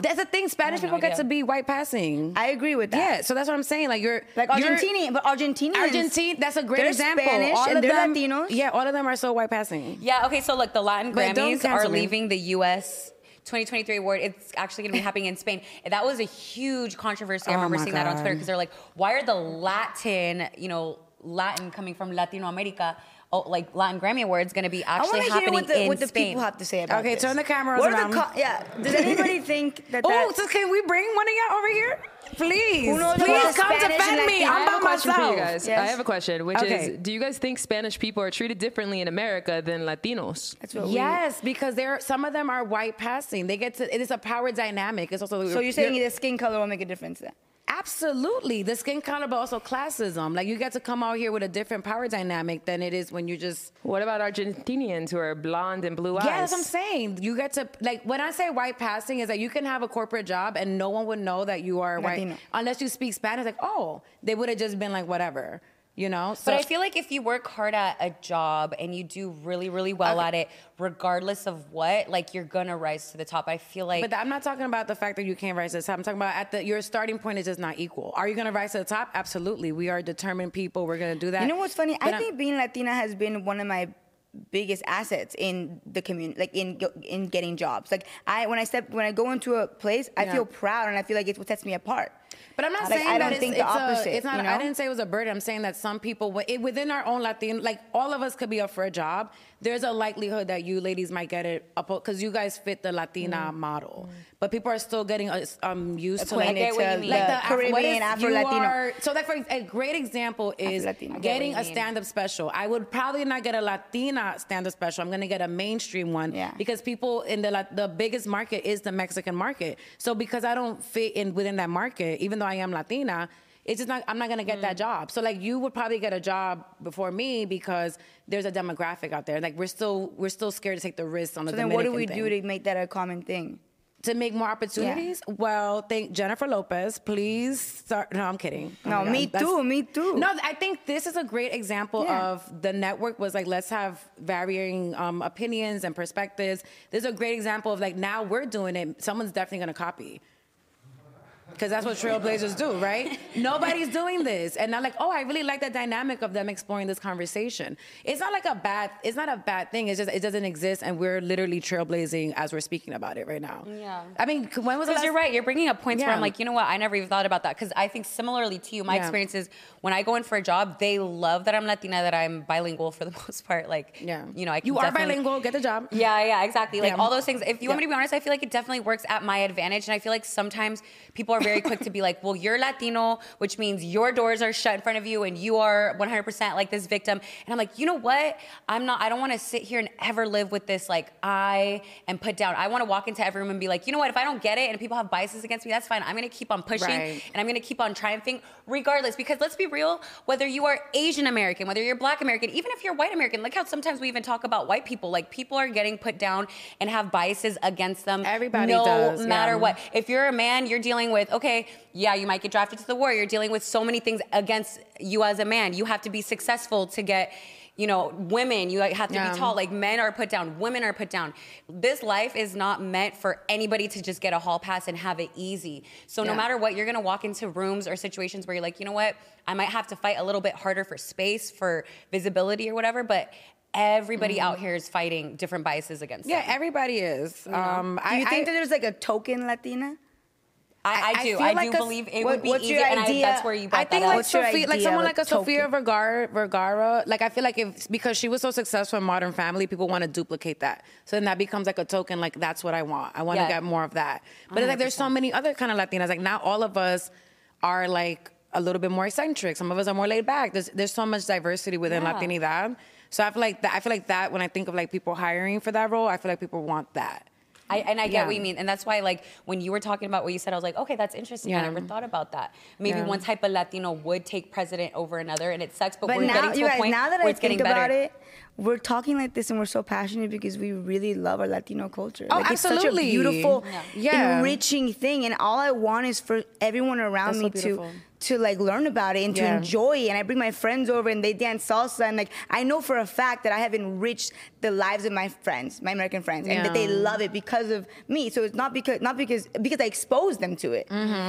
S3: That's the thing. Spanish
S4: I have no
S3: people get to
S4: idea.
S3: be white passing.
S2: I agree with that.
S3: yeah, so that's what I'm saying. Like you're
S2: Like
S3: you're-
S2: Argentinian, but Argentinians.
S3: Argentine. That's a great
S2: They're
S3: example.
S2: Spanish
S3: all
S2: and
S3: of
S2: they're
S3: them,
S2: Latinos.
S3: Yeah, all of them are so white passing.
S4: Yeah, okay, so look, the Latin
S3: But don't
S4: Grammys
S3: cancel
S4: are
S3: me.
S4: leaving the US 2023 award. It's actually going to be happening in Spain. And That was a huge controversy.
S3: Oh
S4: I remember
S3: my
S4: seeing that on
S3: God.
S4: Twitter because they're like, why are the Latin, you know, Latin coming from Latino America oh, like Latin Grammy Awards going to be
S2: I
S4: actually
S2: want to hear
S4: happening
S2: what the,
S4: in
S2: what the
S4: Spain.
S2: people have to say about
S3: Okay,
S2: this.
S3: turn the cameras
S2: what are
S3: around.
S2: the co- yeah. Does anybody think that
S3: Oh,
S2: that's...
S3: so can we bring one of y'all over here? Please.
S2: Who knows
S3: Please
S2: about
S3: come
S2: Spanish
S3: defend
S2: and
S3: me.
S2: Latin?
S5: I
S3: I'm
S5: have
S3: by
S5: a question
S3: myself.
S5: for you guys. I
S2: Yes.
S5: have a question, which
S3: Okay.
S5: is, do you guys think Spanish people are treated differently in America than Latinos?
S2: That's what we-
S3: Yes, because they're some of them are white passing. They get to it is a power dynamic. It's also
S2: so you're saying the skin color will make a difference then?
S3: absolutely the skin color, but also classism. Like you get to come out here with a different power dynamic than it is when you just
S5: What about Argentinians who are blonde and blue eyes?
S3: Yeah, that's what I'm saying. You get to like when I say white passing is that you can have a corporate job and no one would know that you are
S2: Latino.
S3: white unless you speak Spanish. Like oh, they would have just been like whatever, you know. So
S4: But I feel like if you work hard at a job and you do really, really well
S3: Okay.
S4: at it, regardless of what, like you're gonna rise to the top. I feel like
S3: But I'm not talking about the fact that you can't rise to the top. I'm talking about at the your starting point is just not equal. Are you going to rise to the top? Absolutely. We are determined people. We're going to do that.
S2: You know what's funny?
S3: But
S2: I
S3: I'm-
S2: think being Latina has been one of my biggest assets in the community, like in in getting jobs. Like I, when I step, when I go into a place, I
S3: Yeah.
S2: feel proud and I feel like it's what sets me apart.
S3: But I'm not
S2: Like,
S3: saying
S2: I
S3: that
S2: don't
S3: it's,
S2: think
S3: it's
S2: the opposite,
S3: A, it's not.
S2: you
S3: I
S2: know?
S3: didn't say it was a burden. I'm saying that some people, wi- it, within our own Latin, like all of us could be up for a job. There's a likelihood that you ladies might get it up because you guys fit the Latina
S2: Mm.
S3: model, but people are still getting uh, um, used to like,
S2: Acquainted
S4: get what you
S2: to
S4: mean.
S2: the
S4: Like
S3: the Af- what
S2: Caribbean,
S3: is- you
S2: Afro Latino.
S3: are- so, like for ex- a great example is
S2: Afro-Latino. I get
S3: getting
S4: what
S3: a
S4: you mean.
S3: stand-up special. I would probably not get a Latina stand-up special. I'm gonna get a mainstream one
S2: Yeah.
S3: because people in the Lat- the biggest market is the Mexican market. So because I don't fit in within that market, even though I am Latina. It's just not. I'm not gonna get that
S2: Mm.
S3: job. So like, you would probably get a job before me because there's a demographic out there. Like we're still we're still scared to take the risks on the.
S2: So then, what do
S3: Dominican
S2: we
S3: thing
S2: do to make that a common thing?
S3: to make more opportunities? Well, thank Jennifer Lopez. Please start. No, I'm kidding. Oh
S2: No,
S3: my God,
S2: me
S3: that's-
S2: too, me too.
S3: No, I think this is a great example
S2: Yeah.
S3: of the network was like, let's have varying um, opinions and perspectives. This is a great example of like, now we're doing it. Someone's definitely going to copy. Because that's what trailblazers do, right? Nobody's doing this. And I'm like, oh, I really like the dynamic of them exploring this conversation. It's not like a bad, it's not a bad thing. It's just, it doesn't exist. And we're literally trailblazing as we're speaking about it right now.
S4: Yeah.
S3: I mean, c- when was the
S4: Because
S3: last
S4: you're right. You're bringing up points where
S3: Yeah.
S4: I'm like, you know what? I never even thought about that. Because I think similarly to you, my
S3: Yeah.
S4: experience is when I go in for a job, they love that I'm Latina, that I'm bilingual for the most part. Like,
S3: Yeah.
S4: you know, I can
S3: You are
S4: definitely-
S3: bilingual, get the job.
S4: Yeah, yeah, exactly. Like
S3: Yeah.
S4: all those things. If you want me
S3: Yeah.
S4: to be honest, I feel like it definitely works at my advantage. And I feel like sometimes people are very quick to be like, well, you're Latino, which means your doors are shut in front of you and you are 100% like this victim. And I'm like, you know what? I'm not, I don't want to sit here and ever live with this like I am put down. I want to walk into every room and be like, you know what? If I don't get it and people have biases against me, that's fine. I'm going to keep on pushing
S3: Right.
S4: and I'm going to keep on triumphing regardless. Because let's be real, whether you are Asian American, whether you're Black American, even if you're white American, like how sometimes we even talk about white people, like people are getting put down and have biases against them.
S3: Everybody
S4: no
S3: does,
S4: matter
S3: yeah.
S4: what. If you're a man, you're dealing with okay, yeah, you might get drafted to the war. You're dealing with so many things against you as a man. You have to be successful to get. You know, women, you like, have to
S3: Yeah.
S4: be tall. Like, men are put down, women are put down. This life is not meant for anybody to just get a hall pass and have it easy. So,
S3: Yeah.
S4: no matter what, you're gonna walk into rooms or situations where you're like, you know what, I might have to fight a little bit harder for space, for visibility or whatever, but everybody
S2: Mm-hmm.
S4: out here is fighting different biases against
S3: Yeah,
S4: them.
S3: everybody is. Um,
S2: Do
S3: I,
S2: you think
S3: I-
S2: that there's like a token Latina?
S4: I,
S3: I
S4: I do.
S3: feel
S4: I,
S3: like
S4: do
S3: a-
S4: believe it
S2: what-
S4: would be
S2: what's
S4: easy,
S2: your
S4: and I,
S2: idea?
S4: that's where you
S3: I
S4: brought
S3: think
S4: that
S3: like
S4: up.
S2: What's your
S3: Sophia, like
S2: idea
S3: someone
S2: of a
S3: like a Sofia Vergara, Vergara, like I feel like if because she was so successful in Modern Family, people want to duplicate that. So then that becomes like a token, like that's what I want. I want to
S4: Yeah.
S3: get more of that. But it's like there's so many other kind of Latinas. Like now all of us are like a little bit more eccentric. Some of us are more laid back. There's there's so much diversity within
S4: Yeah.
S3: Latinidad. So I feel like that. I feel like that when I think of like people hiring for that role, I feel like people want that.
S4: I, and I get what
S3: Yeah.
S4: you mean, and that's why, like, when you were talking about what you said, I was like, okay, that's interesting. I
S3: Yeah.
S4: never thought about that. Maybe
S3: Yeah.
S4: one type of Latino would take precedent over another, and it sucks. But,
S2: But
S4: we're
S2: now,
S4: getting to
S2: you
S4: a
S2: guys,
S4: point
S2: now that
S4: where
S2: I
S4: it's getting
S2: think about
S4: better.
S2: it, we're talking like this and we're so passionate because we really love our Latino culture.
S3: Oh,
S2: like, It's such
S3: absolutely.
S2: a beautiful,
S3: Yeah.
S2: enriching thing. And all I want is for everyone around
S3: That's so
S2: me
S3: beautiful.
S2: to to like learn about it and
S3: Yeah.
S2: to enjoy it. And I bring my friends over and they dance salsa. And like I know for a fact that I have enriched the lives of my friends, my American friends, and that they
S3: Yeah.
S2: love it because of me. So it's not because not because because I expose them to it.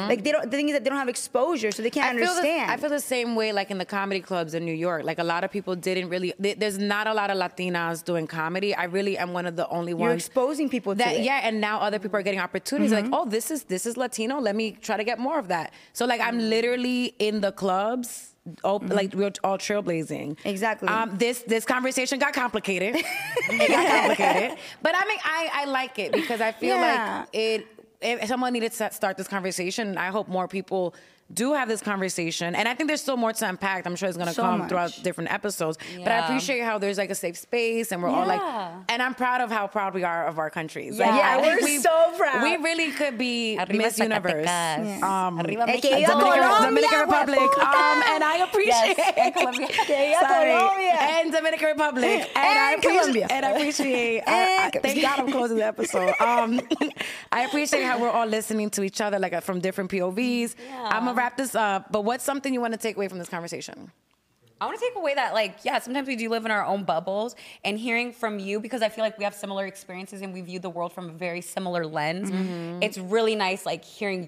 S2: Like they don't. The thing is that they don't have exposure, so they can't
S3: Mm-hmm. I feel the-
S2: understand.
S3: I feel the same way, like in the comedy clubs in New York. Like a lot of people didn't really. th- There's not a lot of Latinas doing comedy. I really am one of the only ones.
S2: You're exposing people to
S3: that,
S2: it. Mm-hmm.
S3: Yeah, and now other people are getting opportunities. Like, oh, this is this is Latino. Let me try to get more of that. So like, I'm literally in the clubs. All, Like we're all trailblazing.
S2: Mm-hmm. Exactly.
S3: Um, this this conversation got complicated. it got complicated, but I mean, I I like it because I feel
S2: Yeah.
S3: like it if someone needed to start this conversation i hope more people do have this conversation and i think there's still more to unpack i'm sure it's going to
S2: So
S3: come
S2: much.
S3: throughout different episodes but i
S4: Yeah.
S3: appreciate how there's like a safe space and we're all
S4: Yeah.
S3: like and i'm proud of how proud we are of our countries Like,
S2: Yeah,
S3: I think
S2: we're so proud.
S3: we really could be
S4: Arriba
S3: miss universe
S4: Zacatecas.
S3: um,
S4: Arriba
S2: Hey,
S4: Mexico.
S2: que viva
S3: Dominican,
S2: Colombia,
S3: Dominican Republic um, and i appreciate
S4: Yes, and Colombia.
S2: Que viva
S3: Sorry.
S2: Colombia.
S3: and Dominican Republic and, I
S2: And
S3: appreciate-
S2: Colombia.
S3: and I appreciate. uh,
S2: And-
S3: uh, thank God I'm closing the episode. Um, I appreciate how we're all listening to each other, like uh, from different POVs. I'm gonna wrap this up, but what's something you want to take away from this conversation?
S4: I want to take away that, like, yeah, sometimes we do live in our own bubbles, and hearing from you because I feel like we have similar experiences and we view the world from a very similar lens.
S3: Mm-hmm.
S4: It's really nice, like hearing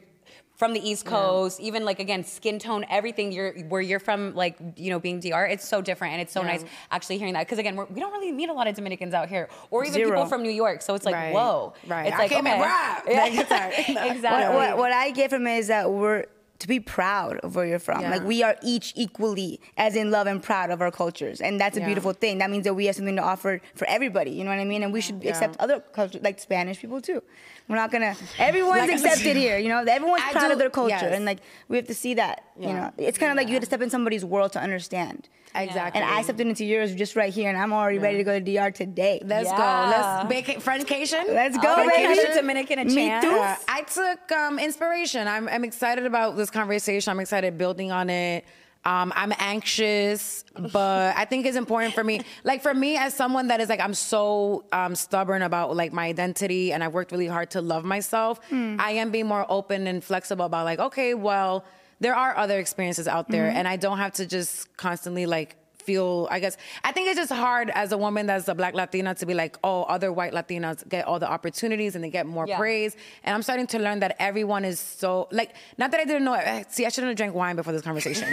S4: from the East Coast, even like again, skin tone, everything. You're where you're from, like you know, being DR, it's so different, and it's so nice actually hearing that because again, we're, we don't really meet a lot of Dominicans out here, or even people
S2: Zero.
S4: from New York. So it's like,
S3: Right.
S4: whoa,
S3: Right.
S4: It's
S3: I
S4: like
S3: came
S4: okay.
S3: and robbed. Like, sorry. No.
S4: exactly.
S2: What, what, what I get from it is that we're to be proud of where you're from.
S3: Yeah.
S2: Like we are each equally as in love and proud of our cultures, and that's a
S3: Yeah.
S2: beautiful thing. That means that we have something to offer for everybody. You know what I mean? And we should accept other cultures, like Spanish people too. We're not gonna. Everyone's accepted here. You know, everyone's
S3: I
S2: proud
S3: do-
S2: of their culture,
S3: yes.
S2: and like we have to see that. You
S3: Yeah.
S2: know, it's kind of like you have to step in somebody's world to understand.
S3: Exactly.
S2: And I stepped into yours just right here, and I'm already ready to go to DR today.
S3: Let's
S4: Yeah.
S3: go. Let's vaca- friendcation.
S2: Let's go,
S3: Oh,
S2: baby.
S3: vacation.
S4: Dominican a
S2: Me
S4: chance.
S2: too.
S3: Yeah, I took um, inspiration. I'm, I'm excited about this conversation. I'm excited building on it. Um, I'm anxious, but I think it's important for me. Like for me, as someone that is like, I'm so um, stubborn about like my identity, and I worked really hard to love myself.
S2: Hmm.
S3: I am being more open and flexible about like, okay, well, there are other experiences out there,
S2: Mm-hmm.
S3: and I don't have to just constantly like feel i guess i think it's just hard as a woman that's a black latina to be like oh other white latinas get all the opportunities and they get more
S4: Yeah.
S3: praise and i'm starting to learn that everyone is so like not that i didn't know eh, see i shouldn't have drank wine before this conversation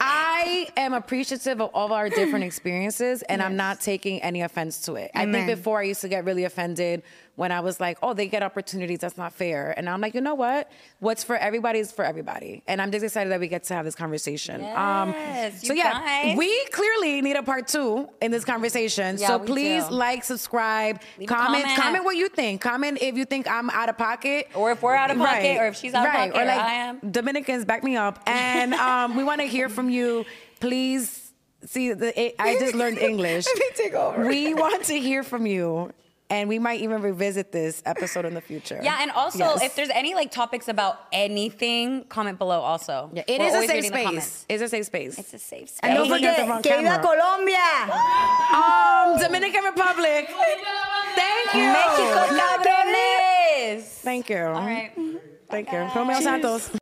S3: i am appreciative of all of our different experiences and i'm not taking any offense to it i
S2: Amen.
S3: think before i used to get really offended when i was like oh they get opportunities that's not fair and i'm like you know what what's for everybody is for everybody and i'm just excited that we get to have this conversation Um,
S4: Yes,
S3: so
S4: you
S3: yeah
S4: guys.
S3: we we clearly need a part two in this conversation.
S4: Yeah,
S3: so
S4: we
S3: please
S4: do.
S3: like, subscribe,
S4: Leave a
S3: comment,
S4: comment.
S3: comment what you think. Comment if you think I'm out of pocket.
S4: Or if we're out of pocket, or if she's out of
S3: right.
S4: pocket,
S3: or like
S4: I am.
S3: Dominicans, back me up. And um, we want to hear from you. Please see the it, I just learned English.
S2: Let me take over.
S3: We want to hear from you. And we might even revisit this episode in the future.
S4: Yeah, and also
S3: Yes.
S4: if there's any like topics about anything, comment below also.
S3: Yeah, it
S4: We're
S3: is a
S4: always
S3: safe
S4: reading the
S3: space.
S4: comments.
S3: It's a safe space.
S4: It's a safe space.
S2: And
S3: Hey,
S2: don't
S3: he got
S2: forget,
S3: the wrong
S2: que viva
S3: camera.
S2: Colombia.
S3: um, Dominican Republic. Thank you.
S4: Mexico,
S3: Love it.
S4: cabrones.
S3: Thank you.
S4: All right.
S3: Thank you. Romeo Santos.